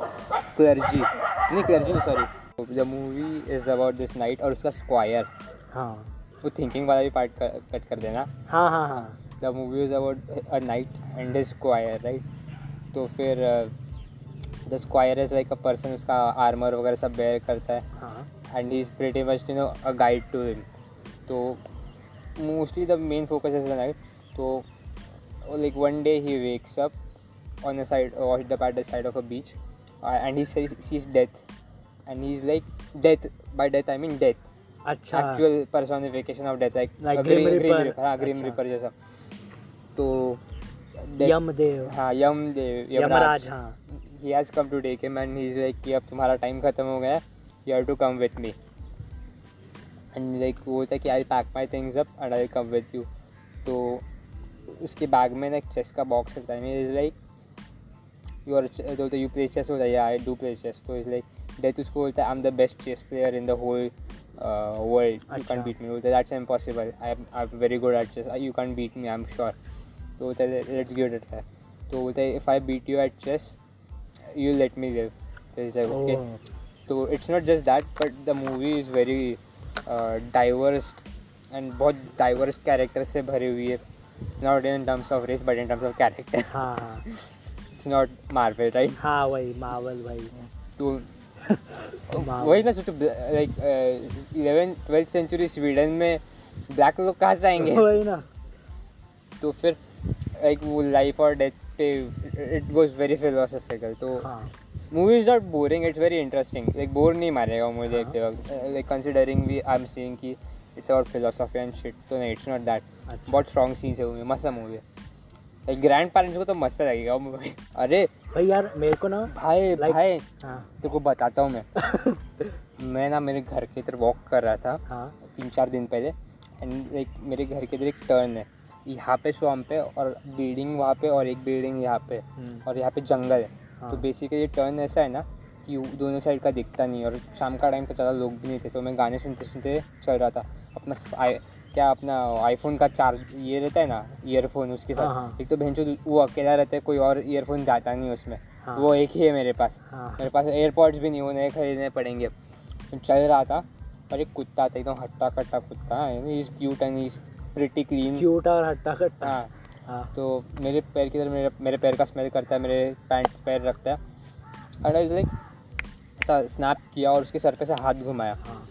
B: clergy uh, नहीं clergy sorry the movie is about this knight और उसका squire
A: हाँ
B: वो थिंकिंग वाला भी पार्ट कट कर देना
A: हाँ हाँ हाँ
B: the movie is about a knight and his squire right तो फिर uh, the squire is like a person उसका आर्मर वगैरह सब बेयर करता है
A: हाँ
B: and he's pretty much you know a guide to him तो mostly the main focus is the night तो like one day he wakes up on a side washed up at the side of a beach uh, and he sees, sees death and he's like death by death I mean death
A: अच्छा
B: actual personification of death like,
A: Like
B: a
A: Grim Reaper.
B: हाँ grim
A: अच्छा।
B: reaper जैसा तो death-
A: Yamdev
B: हाँ यम देव
A: यमराज हाँ
B: he has come to take him and he is like कि अब तुम्हारा टाइम ख़त्म हो गया है you have to come with me and like वो होता है कि I pack my things up and I come with you तो उसके बैग में ना एक चेस का बॉक्स रहता है इज लाइक यू आर तो यू प्ले चेस होता है आई डू प्ले चेस तो इज लाइक डेथ उसको बोलता है I am the best chess player in the whole world you
A: अच्छा।
B: कैन बीट मी बोलता है that's impossible I I am very good at chess you can beat me I am sure तो बोलता है let's give it try तो बोलता है if I beat you at chess you let me live is like okay
A: Oh.
B: तो it's not just that but the movie is very diverse and uh, बहुत diverse character से भरी हुई है not in terms of race but in terms of character
A: हाँ हाँ
B: it's not Marvel right
A: हाँ वही मावल भाई
B: तो
A: Wow.
B: वही तो ना सोचो like eleven twelfth century Sweden में ब्लैक लोग कहाँ से आएंगे
A: वही ना
B: तो फिर लाइक वो लाइफ और डेथ पे इट गोज वेरी फिलोसफिकल तो
A: हाँ
B: movie is not boring it's very interesting like bore नहीं मारेगा वो मुझे Uh,
A: हाँ।
B: देखते वक्त लाइक कंसिडरिंग भी आई एम सीइंग कि it's about philosophy and shit तो नहीं इट्स नॉट दैट
A: अच्छा
B: बहुत स्ट्रॉन्ग सीन्स है मूवी मस्त मूवी है लाइक ग्रैंड पेरेंट्स को तो मस्त लगेगा मूवी अरे
A: भाई यार मेरे को ना
B: भाई
A: Like-
B: भाई
A: हाँ
B: तेरे को बताता हूँ मैं मैं ना मेरे घर के इधर वॉक कर रहा था
A: हाँ
B: तीन चार दिन पहले एंड लाइक मेरे घर के इधर एक टर्न है यहाँ पे स्वाम पे और बिल्डिंग वहाँ पे और एक बिल्डिंग यहाँ पे
A: हम्म,
B: और यहाँ पे जंगल है
A: हाँ
B: तो बेसिकली टर्न ऐसा है ना कि वो दोनों साइड का दिखता नहीं और शाम का टाइम तो ज़्यादा लोग भी नहीं थे तो मैं गाने सुनते सुनते चल रहा था अपना स- आई क्या अपना आईफोन का चार्ज ये रहता है ना ईयरफोन उसके साथ
A: हाँ, हाँ।
B: एक तो भैंसो वो अकेला रहता है कोई और ईयरफोन जाता नहीं उसमें
A: हाँ।
B: वो एक ही है मेरे पास
A: हाँ
B: मेरे पास एयरपॉड्स भी नहीं वो नए खरीदने पड़ेंगे तो चल रहा था और एक कुत्ता था एकदम हट्टा कट्टा कुत्ता हाँ, is cute and is pretty clean
A: cute और हट्टा कट्टा
B: हाँ
A: हाँ
B: तो मेरे पैर की तरफ मेरे मेरे पैर का स्मेल करता है मेरे पैंट पैर रखता है एंड आई लाइक स्नैप किया और उसके सर पे से हाथ घुमाया
A: हाँ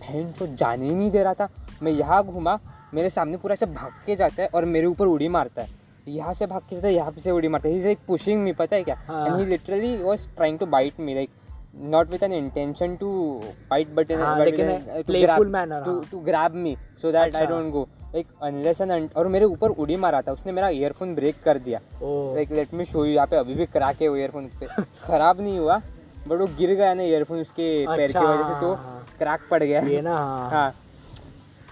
B: बहन जो जाने ही नहीं दे रहा था मैं यहाँ घुमा मेरे सामने पूरा ऐसे भाग के जाता है और मेरे ऊपर उड़ी मारता है यहाँ से भाग के जाता है यहाँ से उड़ी मारता है इज लाइक पुशिंग मी पता है क्या
A: हाँ।
B: And he literally was trying to bite me like not with an intention to bite but
A: हाँ, लेकिन
B: uh,
A: playful manner,
B: टू
A: हाँ।
B: To grab me so that I
A: अच्छा।
B: Don't go like unless and और मेरे ऊपर उड़ी मारा था उसने मेरा ईयरफोन ब्रेक कर दिया
A: oh
B: like let me show you यहाँ पे अभी भी क्रैक है वो ईयरफोन पे खराब नहीं हुआ बट वो गिर गया ना ईयरफोन उसके पैर की
A: अच्छा,
B: वजह से तो
A: हाँ।
B: क्रैक पड़ गया
A: ये ना हाँ
B: हाँ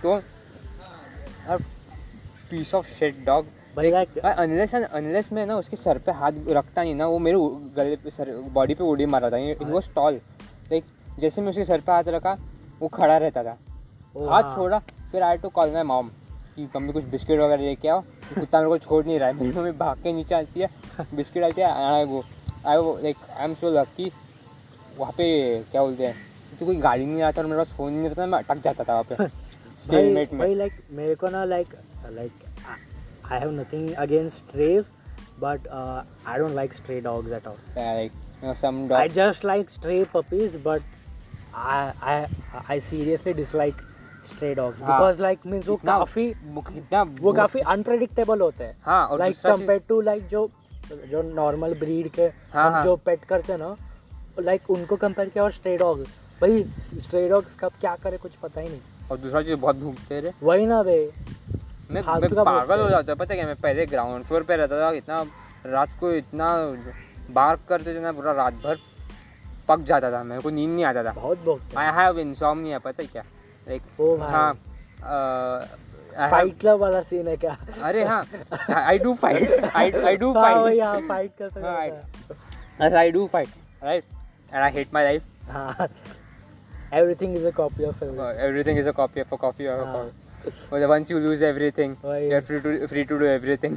B: तो पीस ऑफ शेट डॉग
A: भाई लाइक
B: अनलेस अनलेस मैं ना उसके सर पे हाथ रखता नहीं ना वो मेरे उ- गले पे सर बॉडी पे उड़ी मारा था वो स्टॉल लाइक जैसे मैं उसके सर पे हाथ रखा वो खड़ा रहता था
A: ओ,
B: हाथ
A: हाँ।
B: छोड़ा फिर I to call my mom कि मम्मी कुछ बिस्किट वगैरह लेके आओ ये कुत्ता मेरे को छोड़ नहीं रहा है मेरी मम्मी भाग के नीचे आती है बिस्किट डालती है I go I like I am so lucky वहाँ पे क्या बोलते हैं तो कोई गाड़ी नहीं आता और मेरे पास फ़ोन नहीं रहता मैं अटक जाता था वहाँ पे
A: भाई
B: स्टेलमेट में
A: भाई लाइक मेरे को ना like like I have nothing against strays but I don't like stray dogs at all
B: like some
A: I
B: डॉग
A: just like stray puppies, but I I I seriously dislike stray dogs
B: हाँ।
A: because like means वो
B: इतना-
A: काफी
B: कितना
A: वो काफी unpredictable होते हैं
B: हाँ और
A: लाइक
B: दूसरा
A: कंपेयर
B: चीज़-
A: टू लाइक जो जो नॉर्मल ब्रीड के
B: हाँ,
A: हम
B: हाँ।
A: जो पेट करते हैं ना लाइक उनको कंपेयर किया और स्ट्रे डॉग भाई स्ट्रे डॉग्स कब क्या करे कुछ पता ही नहीं
B: और दूसरा चीज़ बहुत भूखते रहे
A: वही ना बे
B: मैं
A: फालतू
B: मैं
A: का हाँ, बोलते
B: पागल हो
A: हैं।
B: जाता पता है क्या मैं पहले ग्राउंड फ्लोर पे रहता था इतना रात को इतना बार्क करते थे ना पूरा रात भर पक जाता था मेरे को नींद नहीं आता था
A: बहुत भोगते
B: आई हैव इंसोमनिया पता है क्या लाइक
A: ओ भाई।
B: हाँ अह, I
A: हैं
B: have-
A: फाइट क्लब वाला सीन है क्या
B: अरे हाँ I do fight I do
A: हाँ वही
B: फाइट
A: हाँ फाइट करते
B: हाँ,
A: करते
B: I-
A: हैं।
B: I do fight right and I hate my life
A: हाँ everything is a copy of
B: everything is a copy of a copy of
A: हाँ।
B: अ Well, once you lose everything,
A: Why?
B: you're free to free to do everything.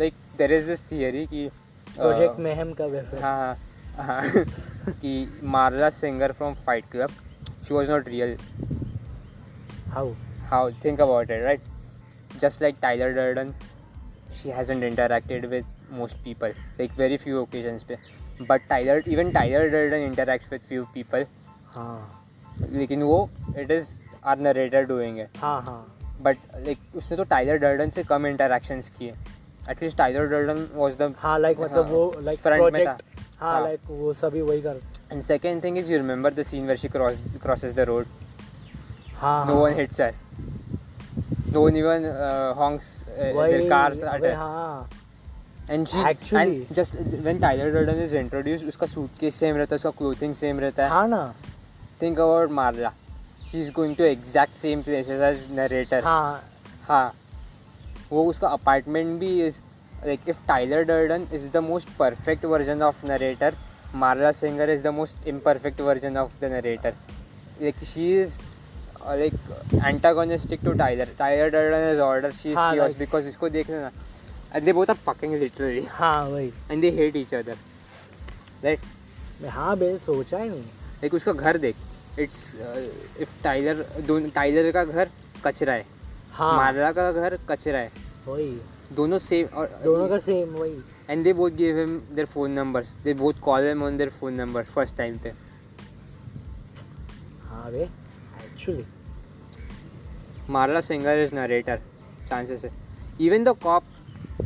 B: Like there is this theory कि uh,
A: project mayhem का वेफर
B: हाँ हाँ कि Marla singer from Fight Club, she was not real.
A: How
B: How think about it, right? Just like Tyler Durden, she hasn't interacted with most people, like very few occasions पे. But Tyler, even Tyler Durden interacts with few people.
A: हाँ
B: लेकिन वो it is our narrator doing it.
A: हाँ हाँ
B: but like उसने तो Tyler Durden से कम इंटरेक्शंस किए at least Tyler Durden was the
A: हाँ लाइक मतलब
B: हाँ,
A: वो लाइक
B: front में
A: प्रोजेक्ट हाँ
B: हाँ।
A: लाइक वो सभी वही कर
B: and second thing is you remember the scene where she cross crosses the road
A: हाँ
B: no one hits her no one even honks
A: वही-
B: देयर कार्स
A: वही,
B: एट हर
A: हाँ
B: and she
A: Actually-
B: uh, and just when Tyler Durden is introduce उसका suitcase same रहता है उसका clothing same रहता है
A: हाँ ना
B: think about Marla. She's going to exact same places as narrator.
A: हाँ
B: हाँ वो उसका अपार्टमेंट भी is like if Tyler Durden is the most perfect version of narrator Marla Singer is the most imperfect version of the narrator like she is like antagonistic to Tyler Tyler Durden is order she is
A: हाँ,
B: curious
A: like-
B: because इसको देख लेना and they both are fucking literally
A: हाँ वही
B: and they hate each other right
A: मैं- हाँ बे सोचा ही नहीं
B: लाइक उसका घर देख uh, इट्स इफ टाइलर दोनों टाइलर का घर कचरा है
A: हाँ
B: मार्ला का घर कचरा है
A: वही
B: दोनों सेम और
A: दोनों का सेम वही
B: and they both gave him their phone numbers they both call him on their phone number first time पे
A: हाँ बे actually
B: Marla Singer is narrator chances है इवन द कॉप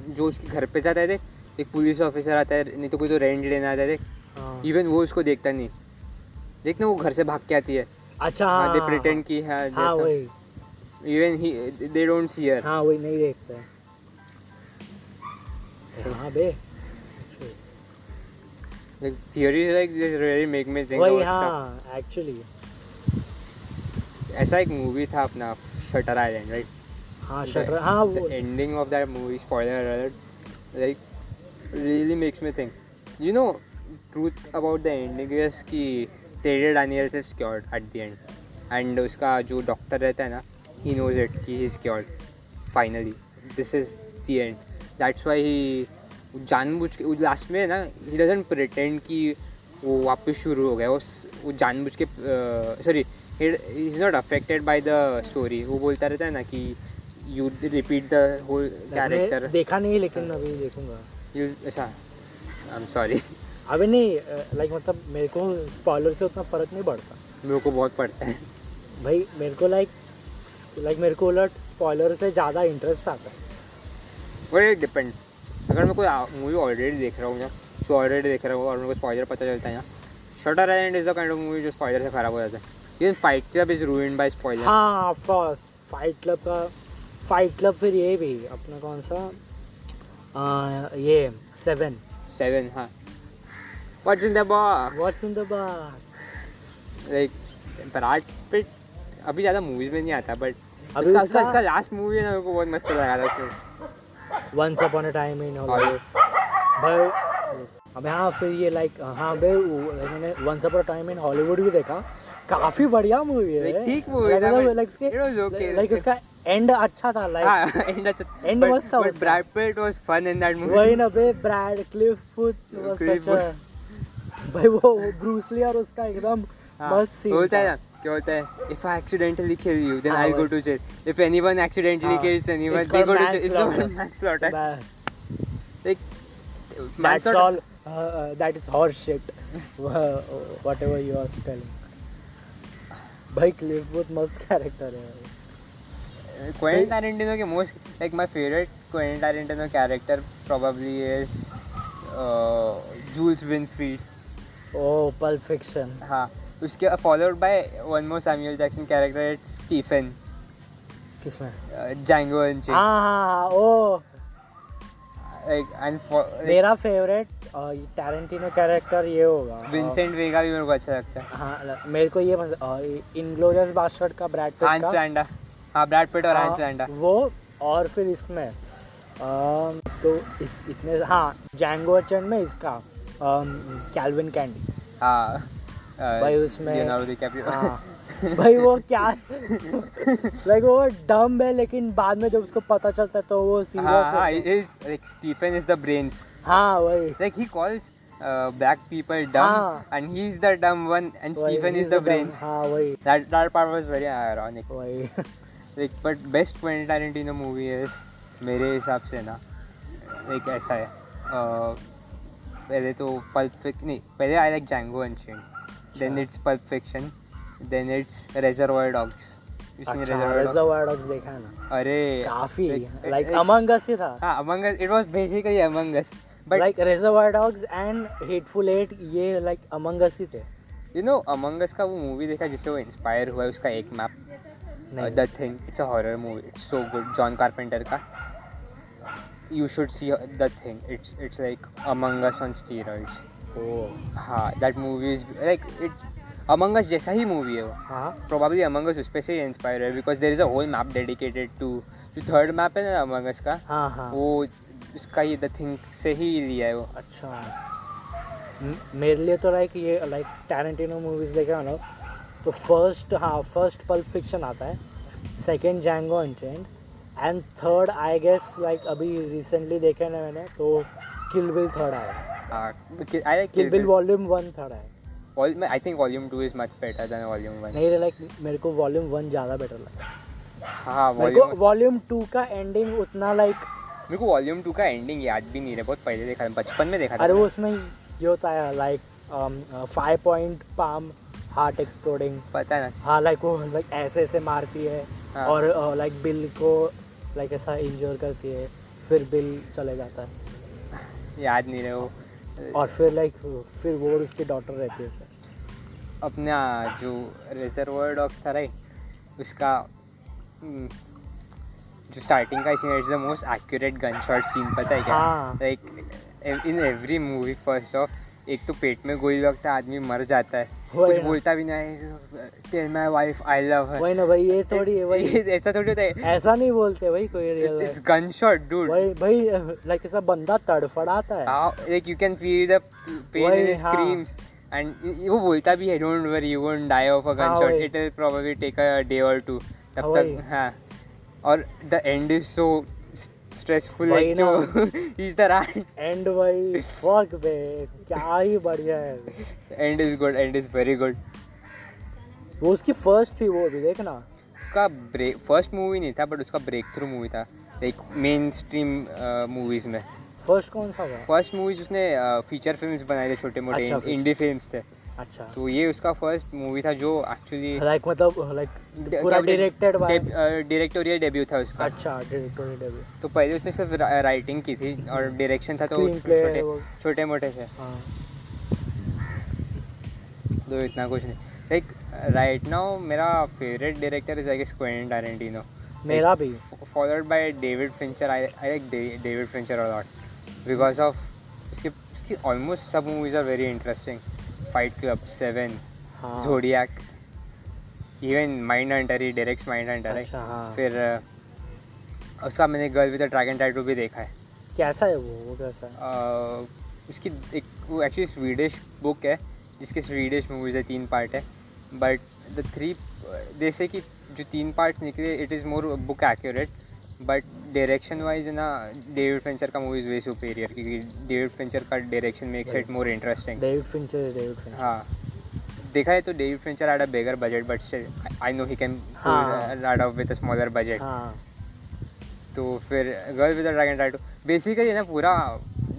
B: जो उसके घर पे जाता है देख एक पुलिस ऑफिसर आता है नहीं तो कोई तो रेंट लेना आता है देख
A: हाँ
B: इवन वो उसको देखता नहीं देख ना वो घर से भाग के आती है
A: अच्छा
B: हाँ
A: हाँ
B: दे प्रिटेंड की हाँ
A: हाँ वही
B: even he they don't see her
A: हाँ वही नहीं देखता है हाँ बे
B: like theories like this really make me think
A: वही हाँ एक्चुअली
B: ऐसा एक मूवी था अपना शटर आइलैंड राइट
A: हाँ
B: The-
A: शटर हाँ वो
B: the ending of that movie spoiler alert like really makes me think you know truth about the ending is कि Terry Daniels is cured at the end and उसका जो doctor रहता है ना he knows it कि he is cured finally this is the end that's why he जानबूझ के last में है ना ही डजेंट प्रिटेंड कि वो वापस शुरू हो गया वो स- वो जानबूझ के sorry is not affected by the story वो बोलता रहता है ना कि you repeat the whole character
A: मैंने देखा नहीं लेकिन अभी देखूंगा
B: यू अच्छा आई एम सॉरी
A: अभी नहीं लाइक मतलब मेरे को स्पॉइलर से उतना फर्क नहीं पड़ता
B: मेरे को बहुत पड़ता है
A: भाई मेरे को लाइक लाइक मेरे को उलट स्पॉइलर से ज़्यादा इंटरेस्ट आता है
B: और ये डिपेंड अगर मैं कोई मूवी ऑलरेडी देख रहा हूँ या शो ऑलरेडी देख रहा हूँ और मेरे को स्पॉइलर पता चलता है ना Shutter Island is the kind of movie जो स्पॉइलर से खराब हो जाता है even Fight Club is ruined by spoiler
A: हाँ ऑफ कोर्स फाइट क्लब का फाइट क्लब फिर ये भी अपना कौन सा आ, ये सेवन
B: सेवन हाँ what's in the box
A: what's in the box
B: like Brad Pitt अभी ज़्यादा मूवीज में नहीं आता बट
A: अभी
B: उसका उसका
A: उसका-
B: इसका लास्ट मूवी ना मेरे को बहुत मस्त लगा था उसमें
A: once upon a time in
B: हाँ।
A: हॉलीवुड भाई अबे हाँ फिर ये लाइक हाँ भाई वो- मैंने once upon a time in Hollywood भी देखा काफी बढ़िया मूवी है तो
B: Like, ठीक movie था, तो but it was okay.
A: Like उसका एंड अच्छा था लाइक
B: हाँ एंड अच्छा
A: End मस्त था उसका।
B: Brad Pitt was fun in that movie
A: वही ना बे Brad Cliff foot was
B: Cliff
A: such a- भाई वो ब्रूसली और उसका एकदम मस्त सीन
B: होता हाँ। तो है ना क्या होता है if I accidentally kill you then
A: हाँ,
B: आई गो
A: वही।
B: To jail if anyone accidentally
A: हाँ,
B: kills anyone
A: it's
B: they
A: called
B: go to jail it's
A: manslaughter.
B: Not manslaughter
A: था
B: like
A: that's all uh, that is horse shit Wha- whatever you are telling भाई Cliff बहुत मस्त character है
B: Quentin Tarantino के most like my favourite Quentin Tarantino character probably is uh, Jules विनफ्रीड
A: O Pulp Fiction
B: हाँ उसके followed by one more Samuel Jackson character it's Stephen
A: किसमें
B: uh, Django Unchained
A: हाँ हाँ हाँ, ओ
B: लाइक एंड
A: हाँ। मेरा फेवरेट टैरेंटिनो कैरेक्टर ये होगा अ,
B: विंसेंट वेगा भी मेरे को अच्छा लगता है
A: हाँ ल- मेरे को ये पसंद इनग्लोरियस बास्टर्ड का ब्रैड पिट
B: हांस
A: का
B: लैंडा हाँ ब्रैड पिट और
A: हाँ,
B: हांस लैंडा
A: वो और फिर इसमें अम, तो इत- इतने हाँ जैंगो अर्चन में इसका कैल्विन कैंडी
B: हाँ ah,
A: भाई उसमें-
B: लियोनार्डो डिकैप्रियो
A: Ah. हाँ। भाई वो क्या लाइक वो डम है लेकिन बाद में जब उसको पता चलता है तो वो
B: हाँ हाँ
A: serious
B: is like Stephen is the brains
A: हाँ वही
B: like he calls black people
A: हाँ.
B: Dumb and he is the dumb one and
A: वही,
B: Stephen
A: Ah. he's
B: is
A: the
B: the
A: dumb-
B: brains
A: हाँ वही
B: That that part was very ironic.
A: वही
B: Like but best Quentin Tarantino movie is मेरे हिसाब से ना like ऐसा है uh, पहले तो पल्प फिक नहीं पहले I like Django Unchained then
A: अच्छा।
B: It's Pulp Fiction then it's Reservoir Dogs you seen Reservoir Dogs
A: Reservoir Dogs अच्छा, देखा है ना
B: अरे
A: काफी हाँ,
B: like-
A: like
B: like-
A: among us ही था
B: हाँ among us it was basically among us but
A: like Reservoir Dogs and Hateful Eight ये लाइक अमंग अस ही थे
B: you know among us का वो मूवी देखा जिससे वो इंस्पायर हुआ है उसका एक uh, मैप
A: नहीं
B: the thing it's a horror movie it's so good John Carpenter का you should see the thing it's it's like among us on steroids
A: ओ
B: हाँ that movie is like it Among Us जैसा ही movie है वो
A: हाँ
B: probably Among Us उस पे से इंस्पायर है because there is a whole map dedicated to जो थर्ड मैप है ना Among Us का
A: हाँ हाँ
B: वो उसका ही द थिंग से ही लिया है वो
A: अच्छा म- मेरे लिए तो लाइक ये लाइक टैरेंटिनो मूवीज़ देखे ना तो फर्स्ट हाँ फर्स्ट पल्प फिक्शन आता है second Django Unchained and third I guess like अभी रिसेंटली देखे ना मैंने तो किल बिल थर्ड आया
B: हाँ, I like
A: Kill Bill volume one third आया
B: I think volume two is much better than volume one
A: नहीं लाइक मेरे को वॉल्यूम वन ज़्यादा बेटर लगा
B: हाँ
A: मेरे को
B: वॉल्यूम
A: वॉल्यूम टू का एंडिंग उतना लाइक
B: मेरे को वॉल्यूम टू का एंडिंग याद भी नहीं रहा बहुत पहले देखा था बचपन में देखा था
A: अरे वो उसमें ये होता है um, like five point palm heart exploding
B: पता ना
A: हाँ लाइक वो लाइक ऐसे ऐसे मारती है
B: हाँ।
A: और लाइक बिल को लाइक ऐसा इंजोर करती है फिर बिल चले जाता है
B: याद नहीं रहा वो
A: और फिर लाइक फिर वो और उसकी डॉटर रहती है
B: अपना जो रिजर्वर डॉग्स था राइट उसका हम्म, जो स्टार्टिंग का scene it's the most accurate gun shot scene पता है क्या
A: हाँ।
B: Like in every movie first of एक तो पेट में गोली लगता है आदमी मर जाता है
A: वही
B: कुछ
A: ना।
B: बोलता भी नहीं tell my wife I love her
A: वही ना भाई ये थोड़ी है वही
B: ऐसा थोड़ी होता है
A: ऐसा नहीं बोलते भाई कोई real
B: it's gun shot dude
A: वही भाई लाइक ऐसा बंदा तड़फड़ाता
B: हाँ।
A: है
B: like you can feel the pain
A: वही,
B: इन
A: हाँ।
B: स्क्रीम्स एंड वो बोलता भी है don't worry you won't die of a gun
A: हाँ,
B: शॉट
A: वही।
B: It will probably take a day or two
A: हाँ,
B: तब
A: वही।
B: तक हाँ और the end is so stressful
A: वही
B: लाइक जो इज द रैट
A: एंड भाई फक बे क्या ही बढ़िया है
B: end is good end is very good
A: वो उसकी फर्स्ट थी वो भी देखना
B: उसका ब्रेक फर्स्ट मूवी नहीं था बट उसका ब्रेक थ्रू मूवी था लाइक मेन स्ट्रीम मूवीज में
A: फर्स्ट कौन सा था
B: फर्स्ट मूवीज उसने फीचर फिल्म्स बनाए थे छोटे मोटे
A: अच्छा, feature-
B: इंडी फिल्म्स थे
A: अच्छा
B: तो ये उसका फर्स्ट मूवी था जो एक्चुअली
A: लाइक मतलब लाइक पूरा directed by
B: uh, directorial debut था उसका
A: अच्छा डायरेक्टोरियल डेब्यू
B: तो पहले उसने सिर्फ राइटिंग की थी और डायरेक्शन था तो
A: Screenplay
B: छोटे
A: वो-
B: छोटे मोटे से
A: हाँ
B: तो इतना कुछ नहीं लाइक राइट नाउ मेरा favourite director is I Quentin Tarantino
A: मेरा भी
B: followed by David Fincher I like David Fincher a lot because of उसके उसकी ऑलमोस्ट सब movies are very interesting Fight Club Seven
A: हाँ
B: Zodiac even Mindhunter he direct Mindhunter है
A: अच्छा हाँ
B: फिर अ, उसका मैंने गर्ल विद ड्रैगन टैटू भी देखा है
A: कैसा है वो वो कैसा है
B: अ, उसकी एक वो एक्चुअली स्वीडिश बुक है जिसके स्वीडिश मूवीज़ है तीन पार्ट है बट द थ्री जैसे कि जो तीन पार्ट निकले it is more book accurate but direction wise ना डेविड फिंचर का मूवीज़ वे सुपेरियर क्योंकि डेविड फिंचर का direction makes it more interesting
A: David Fincher is David Fincher
B: हाँ देखा है तो David Fincher had a bigger budget but I know he can
A: हाँ।
B: Rod of with a smaller budget
A: हाँ
B: तो फिर Girl with Dragon Tattoo basically ना पूरा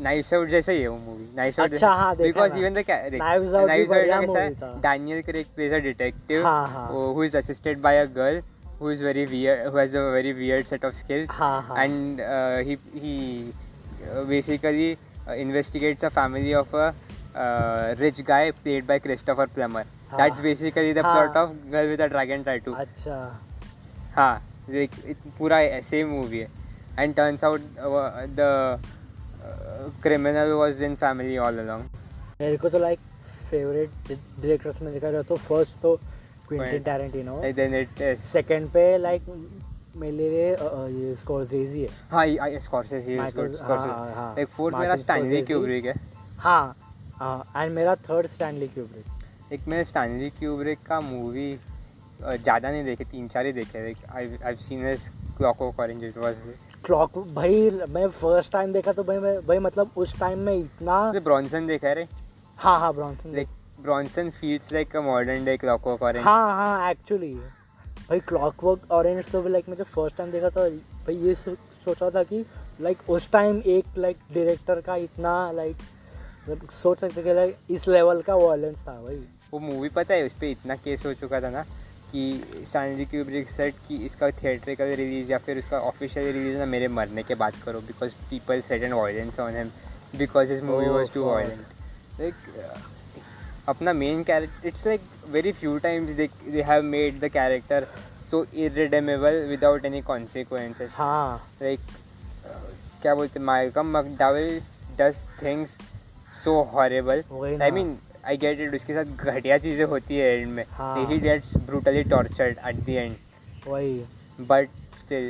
B: नाइफ आउट जैसा ही है वो मूवी नाइफ आउट
A: अच्छा, हाँ, देखा ना।
B: Because even the
A: Knives Out भी
B: नाइफ आउट
A: बढ़िया
B: कैसा
A: movie था।
B: है Daniel Craig plays a detective
A: हाँ, हाँ।
B: Who is assisted by a girl who is very weird who has a very weird set of skills
A: हाँ हाँ
B: and uh, he he uh, basically uh, investigates a family of a uh, rich guy played by Christopher Plummer.
A: हाँ.
B: That's basically the
A: हाँ.
B: plot of Girl with a Dragon Tattoo.
A: अच्छा
B: हाँ, like it, पूरा ऐसे movie है. And turns out uh, the uh, criminal was in family all along.
A: मेरे को तो लाइक फेवरेट डायरेक्टर्स में देखा जाए तो फर्स्ट तो Quentin
B: Quentin.
A: Tarantino
B: And then it is
A: second पे लाइक मेरे लिए अ, अ, ये स्कॉर्सेजी है
B: हाँ ये- ये Scorsese is
A: Michael-
B: good
A: हाँ, हाँ,
B: Scorsese.
A: हाँ.
B: Like fourth मेरा
A: Martin
B: Stanley
A: Scorsese.
B: Kubrick है.
A: हाँ एंड मेरा थर्ड स्टैनली क्यूब्रिक
B: एक मैं स्टैनली क्यूब्रिक का मूवी ज़्यादा नहीं देखे तीन चार ही देखे like I I seen as clock of orange it was
A: clock भाई मैं फर्स्ट टाइम देखा तो भाई मैं भाई मतलब उस टाइम में इतना
B: ब्रॉन्सन देखा है रे
A: हाँ हाँ Bronson
B: like Bronson feels like a modern day clock of orange
A: हाँ हाँ एक्चुअली भाई क्लॉक वर्क ऑरेंज तो लाइक मैं जब फर्स्ट टाइम देखा तो भाई ये सो, सोचा था कि लाइक उस टाइम एक लाइक डायरेक्टर का इतना लाइक मतलब सोच सकते कि लाइक इस लेवल का वायलेंस था भाई
B: वो मूवी पता है उस पर इतना केस हो चुका था ना कि स्टैनली क्यूब्रिक सेट कि इसका थिएट्रिकल रिलीज या फिर उसका ऑफिशियल रिलीज ना मेरे मरने के बाद करो because people threaten violence on him because his movie
A: Oh,
B: was too
A: fuck.
B: Violent like uh, अपना main character it's like very few times they they have made the character so irredeemable without any consequences
A: हाँ
B: like क्या बोलते Malcolm McDowell does things so horrible
A: वही
B: I
A: ना।
B: Mean I get it उसके साथ घटिया चीज़ें होती है एंड में
A: हाँ।
B: He gets brutally tortured at the end
A: वही
B: but still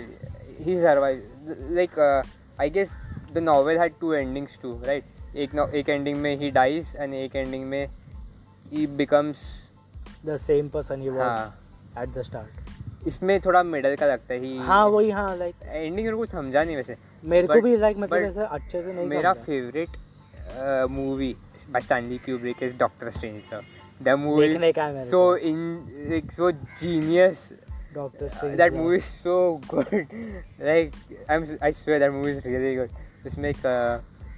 B: he survived like uh, i guess the novel had two endings too right एक no- एक ending में he dies and एक ending में he becomes
A: the same person he was
B: हाँ
A: at the start
B: इसमें थोड़ा middle का लगता है he
A: हाँ वही हाँ लाइक
B: एंडिंग मेरे को समझा नहीं वैसे
A: मेरे को
B: But-
A: भी लाइक मतलब
B: but
A: ऐसे अच्छे से नहीं
B: मेरा
A: समझा।
B: Favourite movie by Stanley Kubrick is Doctor Strange the movie
A: देखने
B: is
A: का है मेरे
B: so
A: को।
B: in like so genius
A: doctor
B: Uh,
A: strange
B: that movie is so good. like I'm, s- I swear that movie is really good. Just make a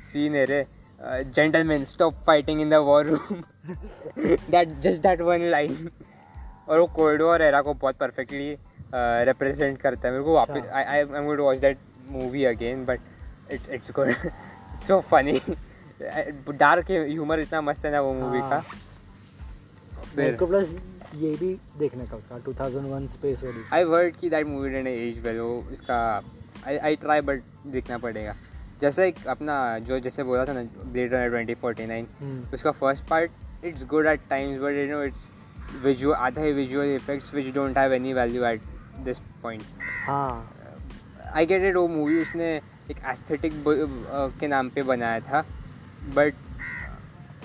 B: scene here. Uh, gentlemen, stop fighting in the war room. that just that one line. और वो cold war era को बहुत perfectly represent करता है मेरे को वापस
A: अच्छा।
B: I I am going to watch that movie again but it's it's good so funny dark humour इतना मस्त है ना वो मूवी
A: हाँ।
B: का
A: मेरे
B: फिर
A: को प्लस ये भी देखने का उसका 2001 स्पेस ओडिसी
B: आई वर्ड की that movie didn't as well वो इसका आई आई ट्राई बट देखना पड़ेगा जैसे लाइक अपना जो जैसे बोला था ना Blade Runner twenty forty nine
A: hmm,
B: उसका first part it's good at times but you know it's visual आधा ही visual effects which don't have any value at this point
A: हाँ
B: आई गेट इट वो मूवी उसने एक aesthetic के नाम पे बनाया था बट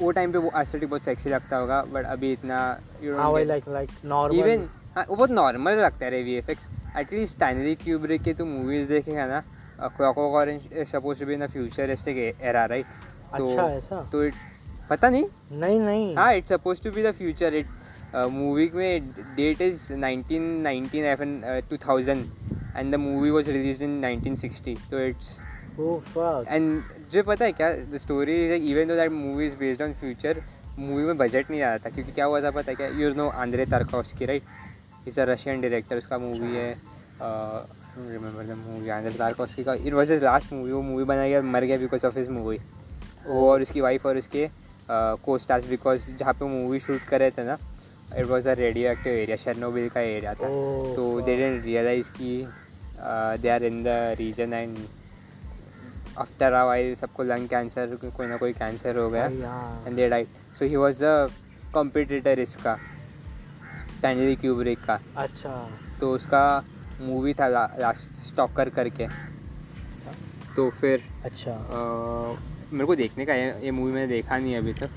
B: वो टाइम पे वो एस्थेटिक बहुत सेक्सी लगता होगा बट अभी इतना you
A: हाँ
B: don't
A: वही
B: get-
A: like like normal
B: even हाँ वो बहुत नॉर्मल लगता है V F X at least Stanley Kubrick के तो मूवीज देखेगा ना Clockwork Orange suppose to be in futuristic era right
A: अच्छा ऐसा
B: e-, तो इट पता नहीं
A: नहीं नहीं
B: हाँ it's suppose to be the future it movie में date is 1919 F N 2000 and the movie was released in 1960 तो इट्स
A: ओ फक
B: एंड जो पता है क्या the story even though that movie is based on future movie में budget नहीं आया था क्योंकि क्या हुआ था पता है क्या you know Andrei Tarkovsky right is a Russian director उसका मूवी है uh, remember the movie Andrei Tarkovsky का it was is last movie वो मूवी बना गया मर गया बिकॉज ऑफ हिज मूवी वो और उसकी वाइफ और उसके को स्टार्स बिकॉज जहाँ पे मूवी शूट करे थे ना it was a radioactive area Chernobyl का एरिया था
A: Oh,
B: तो
A: fuck.
B: दे डेंट रियलाइज कि uh, they are in the region and after a while सबको लंग कैंसर कोई ना कोई कैंसर हो गया
A: भाई, हाँ
B: and they died so he was a competitor इसका स्टैनली क्यूब्रिक का
A: अच्छा
B: तो उसका मूवी था ला, लास्ट स्टॉकर करके तो फिर
A: अच्छा
B: अह, मेरे को देखने का है ये मूवी मैंने देखा नहीं है अभी तक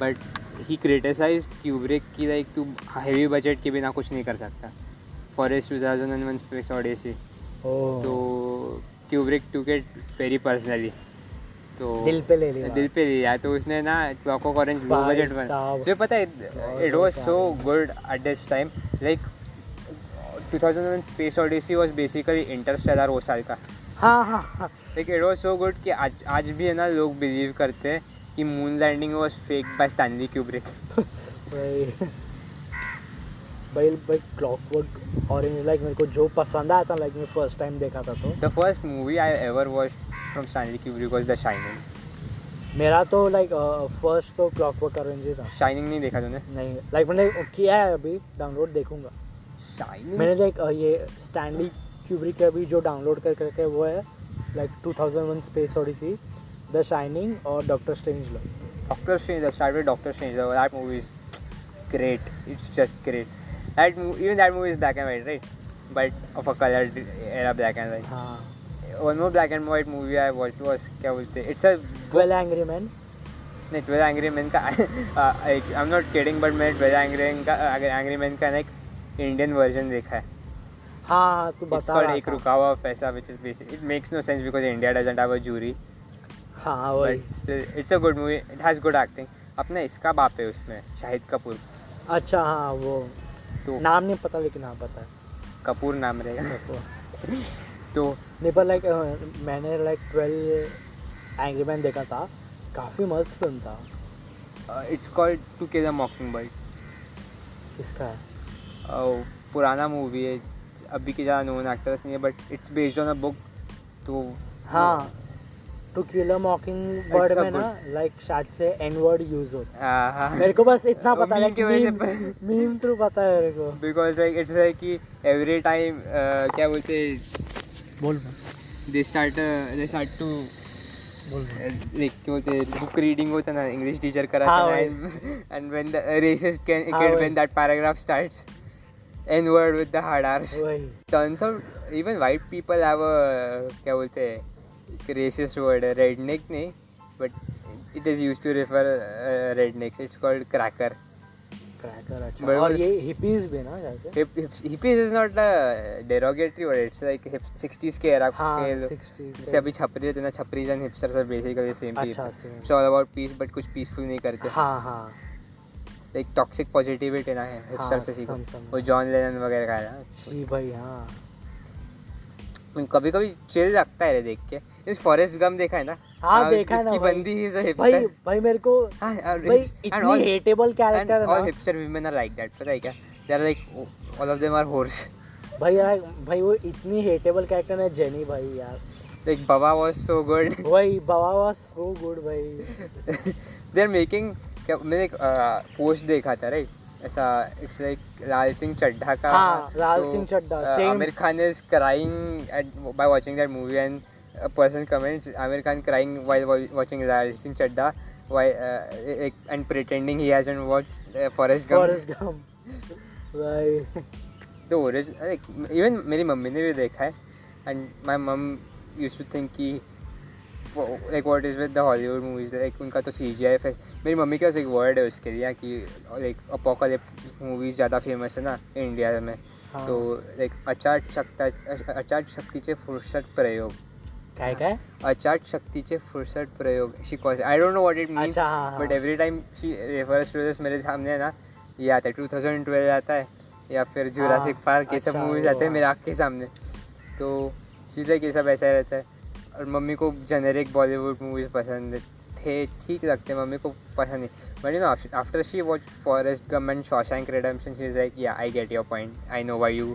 B: बट ही क्रिटिसाइज क्यूब्रिक की लाइक तू हैवी बजट के बिना कुछ नहीं कर सकता forest two thousand and one Space Odyssey
A: oh
B: तो Kubrick to get very personally तो
A: दिल पे ले लिया
B: दिल पे लिया तो उसने ना क्लॉक ऑफ ऑरेंज लो
A: भाई
B: बजट बन
A: साहब।
B: जो तो पता है it was so
A: Orange.
B: Good at this time like 2001 Space Odyssey was basically Interstellar वो साल का
A: हाँ हाँ हाँ
B: like it was so good कि आज आज भी है ना लोग बिलीव करते हैं कि moon landing was fake by Stanley Kubrick
A: भाई भाई भाई क्लॉक वर्क ऑरेंज लाइक मेरे को जो पसंद आया था लाइक मैं फर्स्ट टाइम देखा था तो
B: the first movie I ever watch from Stanley Kubrick was the Shining
A: मेरा तो लाइक फर्स्ट तो क्लॉक वर्क ऑरेंज ही था
B: शाइनिंग नहीं देखा तूने
A: नहीं लाइक मैंने किया है अभी डाउनलोड देखूंगा
B: Hmm. शाइनिंग
A: मैंने लाइक ये स्टैनली क्यूब्रिक के अभी जो डाउनलोड कर करके वो है like 2001 space Odyssey the Shining और Doctor Strange love
B: Doctor Strange. I started with Doctor Strange. though. That movie is great. It's just great. That mo- even that movie is black and white, right? But of a colored era black and white.
A: हाँ
B: One more black and white movie I watched was क्या बोलते It's a
A: Twelve Angry Man
B: नहीं Twelve Angry Man का uh, I am not kidding but मैंने Twelve Angry का Angry Man का ना एक इंडियन वर्जन देखा है
A: हाँ हाँ तू
B: इट्स
A: बता
B: कॉल्ड
A: रहा
B: एक
A: था।
B: रुकावा पैसा which is basic it makes no sense because India doesn't have a jury
A: हाँ वही
B: but it's a good movie it has good acting अपना इसका बाप है उसमें शाहिद कपूर
A: अच्छा हाँ वो
B: तो
A: नाम नहीं पता लेकिन हाँ पता है
B: कपूर नाम रहेगा
A: मेरे को।
B: तो
A: नहीं पर लाइक मैंने लाइक ट्वेल्व एंग्री मैन देखा था काफ़ी मस्त फिल्म था
B: इट्स कॉल्ड टू के द मॉकिंग बर्ड
A: इसका
B: पुराना मूवी है अभी के ज़्यादा नोन एक्टर्स नहीं है but it's based on a book तो
A: हाँ To Kill Mockingbird
B: It's a
A: में ना लाइक शायद से एन वर्ड यूज होता है। मेरे
B: बिकॉज
A: को बस इतना
B: वो
A: पता
B: meme
A: है
B: की वजह से
A: मीम थ्रू पता है मेरे को
B: लाइक इट्स लाइक कि एवरी टाइम क्या बोलते
A: बोल
B: they start they start to
A: बोल
B: like क्या बोलते हैं बुक रीडिंग होता है ना इंग्लिश टीचर
A: हाँ
B: कराता
A: भाई।
B: है and when the racist can
A: हाँ
B: kid
A: भाई।
B: when that paragraph starts N word with the hard R's
A: वही
B: turns out even white people have a क्या बोलते हैं रेसिस्ट वर्ड है रेडनेक नहीं but it is use to refer rednecks it's called cracker
A: cracker अच्छा
B: बड़े-
A: और ये हिपीज भी ना जैसे
B: hippies is not a derogatory word it's like sixties के एरा
A: हाँ
B: के
A: 60s
B: जैसे अभी छपरी रहते हैं ना छपरीज and hipsters are basically same
A: अच्छा same
B: it's all about peace but कुछ पीसफुल नहीं करते
A: हाँ हाँ
B: लाइक टॉक्सिक पॉजिटिविटी ना है हिपस्टर से सीखो
A: समझा, समझा।
B: वो जॉन लेनन वगैरह का है ना
A: जी भाई हाँ
B: कभी कभी चिल लगता है रे देख के इस फॉरेस्ट गम देखा है ना
A: हाँ,
B: उस-
A: देखा है ना
B: उसकी
A: भाई।
B: बंदी इज अ
A: भाई
B: हिपस्टर
A: भाई मेरे को
B: हाँ और
A: भाई
B: hips- and
A: इतनी
B: all-
A: hateable
B: and
A: character
B: all
A: है ना
B: hipster women are like that पता है क्या they are like all of them are whores
A: भाई यार भाई वो इतनी हेटेबल कैरेक्टर है जेनी भाई यार
B: like baba was so good
A: भाई बाबा वाज सो गुड भाई
B: दे आर मेकिंग क्या मैंने एक पोस्ट देखा था राइट ऐसा इट्स लाइक लाल सिंह चड्ढा का
A: हाँ, लाल
B: तो,
A: Singh Chaddha,
B: uh,
A: same.
B: Aamir Khan is crying by watching that movie and person comments Aamir Khan crying while watching Laal Singh Chaddha why and pretending he hasn't watch Forrest Gump
A: Forrest Gump भाई
B: द ओरिजिनल इवन मेरी mummy ने भी देखा है and my mum use to think कि like what is with the Hollywood movies like उनका तो C G I मेरी मम्मी के पास एक वर्ड है उसके लिए कि लाइक अपोकलिप मूवीज ज़्यादा फेमस है ना इंडिया में
A: हाँ।
B: तो लाइक अचाट शक्ता अचाट शक्तीचे फुरसत प्रयोग
A: काय काय
B: अचाट शक्तीचे फुरसत प्रयोग शिकवायचे I don't know what it means
A: अच्छा हाँ
B: but every time she refers to this मेरे सामने है ना ये आता है टू थाउजेंड ट्वेल्व आता है या फिर जुरासिक
A: हाँ,
B: पार्क ये सब
A: अच्छा,
B: मूवीज
A: वो
B: आते हैं
A: हाँ।
B: मेरे आँख के सामने तो चीज़ें ये सब ऐसा रहता है और मम्मी को जेनेरिक बॉलीवुड मूवीज पसंद थे ठीक लगते मम्मी को पसंद नहीं but you know after she watch Forrest Gump and Shawshank Redemption she is like yeah I get your point I know why you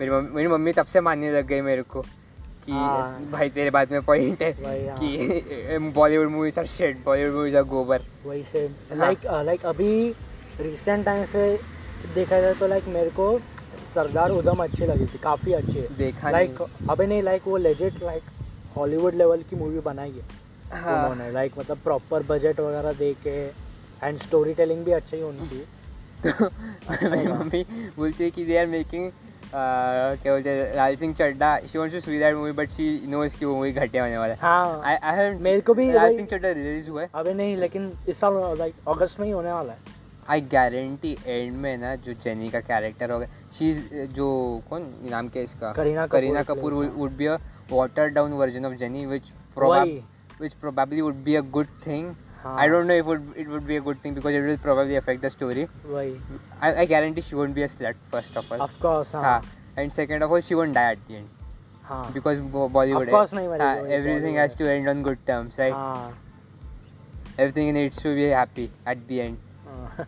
B: मेरी मम्मी मेरी मम्मी तब से मानने लग गई मेरे को कि
A: हाँ।
B: भाई तेरे बाद में पॉइंट है
A: भाई हाँ।
B: कि Bollywood movies are shit Bollywood movies are गोबर
A: वही से
B: हाँ।
A: लाइक लाइक अभी रिसेंट टाइम्स पे देखा जाए तो लाइक मेरे को सरदार उधम अच्छी लगी थी काफ़ी अच्छी है
B: देखा
A: लाइक अबे नहीं लाइक वो लेजेट लाइक हॉलीवुड लेवल की मूवी बनाई है
B: नहीं। हाँ
A: उन्होंने लाइक मतलब प्रॉपर बजट वगैरह दे के एंड स्टोरी टेलिंग भी अच्छी ही
B: हाँ।
A: उनकी
B: मेरी
A: अच्छा।
B: मम्मी बोलती है कि दे आर मेकिंग क्या बोलते हैं Laal Singh Chaddha she wants to see that movie but she knows कि वो मूवी घटिया होने वाला है
A: हाँ
B: आई आई हैव
A: मेरे को भी
B: लाल
A: वही-
B: सिंह चड्ढा रिलीज हुआ है
A: अबे नहीं लेकिन इस साल लाइक अगस्त में ही होने वाला है
B: आई गारंटी एंड में ना जो जेनी का कैरेक्टर होगा शी इज जो कौन नाम क्या है इसका
A: करीना कपूर
B: करीना कपूर
A: plays, हाँ।
B: Would be a water down version of Jenny which
A: वही
B: which probably would be a good thing.
A: हाँ।
B: I don't know if it would, it would be a good thing because it will probably affect the story.
A: वही
B: I, I guarantee she won't be a slut, first of all.
A: Of course हाँ
B: हाँ. And second of all, she won't die at the end
A: हाँ
B: because Bo- Bollywood.
A: Of course नहीं
B: हाँ,
A: मरेगी,
B: everything
A: Bollywood
B: has to end on good terms, right?
A: हाँ
B: Everything needs to be happy at the end.
A: हाँ।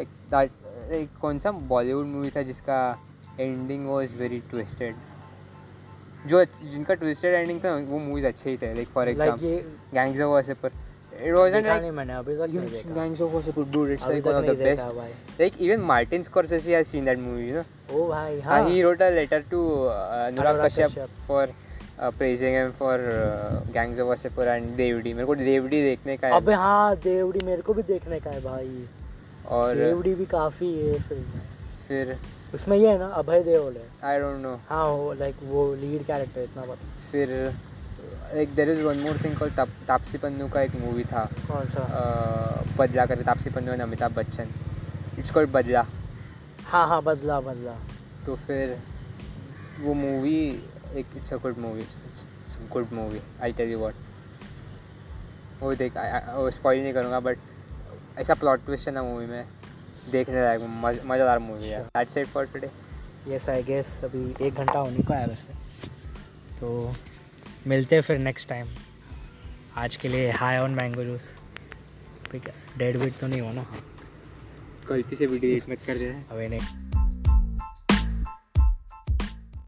B: Like that. Like कौन सा Bollywood movie था जिसका ending was very twisted जो अच्छ- जिनका ट्विस्टेड एंडिंग था वो मूवीज अच्छे ही थे लाइक फॉर
A: लाइक
B: एग्जाम्पल
A: ये
B: Gangs of Wasseypur it was
A: देखा
B: लाइक
A: नहीं मैंने अभी तक नहीं देखा
B: Gangs of Wasseypur, dude, it's
A: अभी
B: like
A: तक
B: one of
A: नहीं
B: the
A: देखा
B: best.
A: भाई
B: Like even Martin Scorsese has seen that movie, you know.
A: ओ भाई हाँ
B: Uh, he wrote a letter to uh, Anurag
A: Anurag
B: Kashyap,
A: Kashyap.
B: for uh, praising him for uh, Gangs of Wasseypur and Devdi. मेरे को देवडी देखने का है
A: अबे हाँ देवड़ी मेरे को भी देखने का है भाई
B: और
A: देवड़ी भी काफी है फिल्म
B: फिर
A: उसमें ये है ना अभय देओल है
B: I don't know.
A: हाँ वो लाइक वो लीड कैरेक्टर इतना पता
B: फिर like there is one more thing called ताप, तापसी पन्नू का एक मूवी था
A: कौन सा
B: uh, बदला करके Taapsee Pannu and Amitabh Bachchan it's called Badla
A: हाँ हाँ बदला बदला
B: तो फिर वो मूवी एक अच्छा it's a good movie good movie I tell you what वो देख स्पॉइल नहीं करूँगा बट ऐसा प्लॉट ट्विस्ट है ना मूवी में देखने लायक मज- मज़ेदार मूवी है
A: अच्छा।
B: That's it for today
A: yes I guess अभी एक घंटा होने को आया वैसे तो मिलते हैं फिर नेक्स्ट टाइम आज के लिए high on mango juice dead beat तो नहीं हो ना
B: गलती से वीडियो एडिट मत कर देना
A: अवे नहीं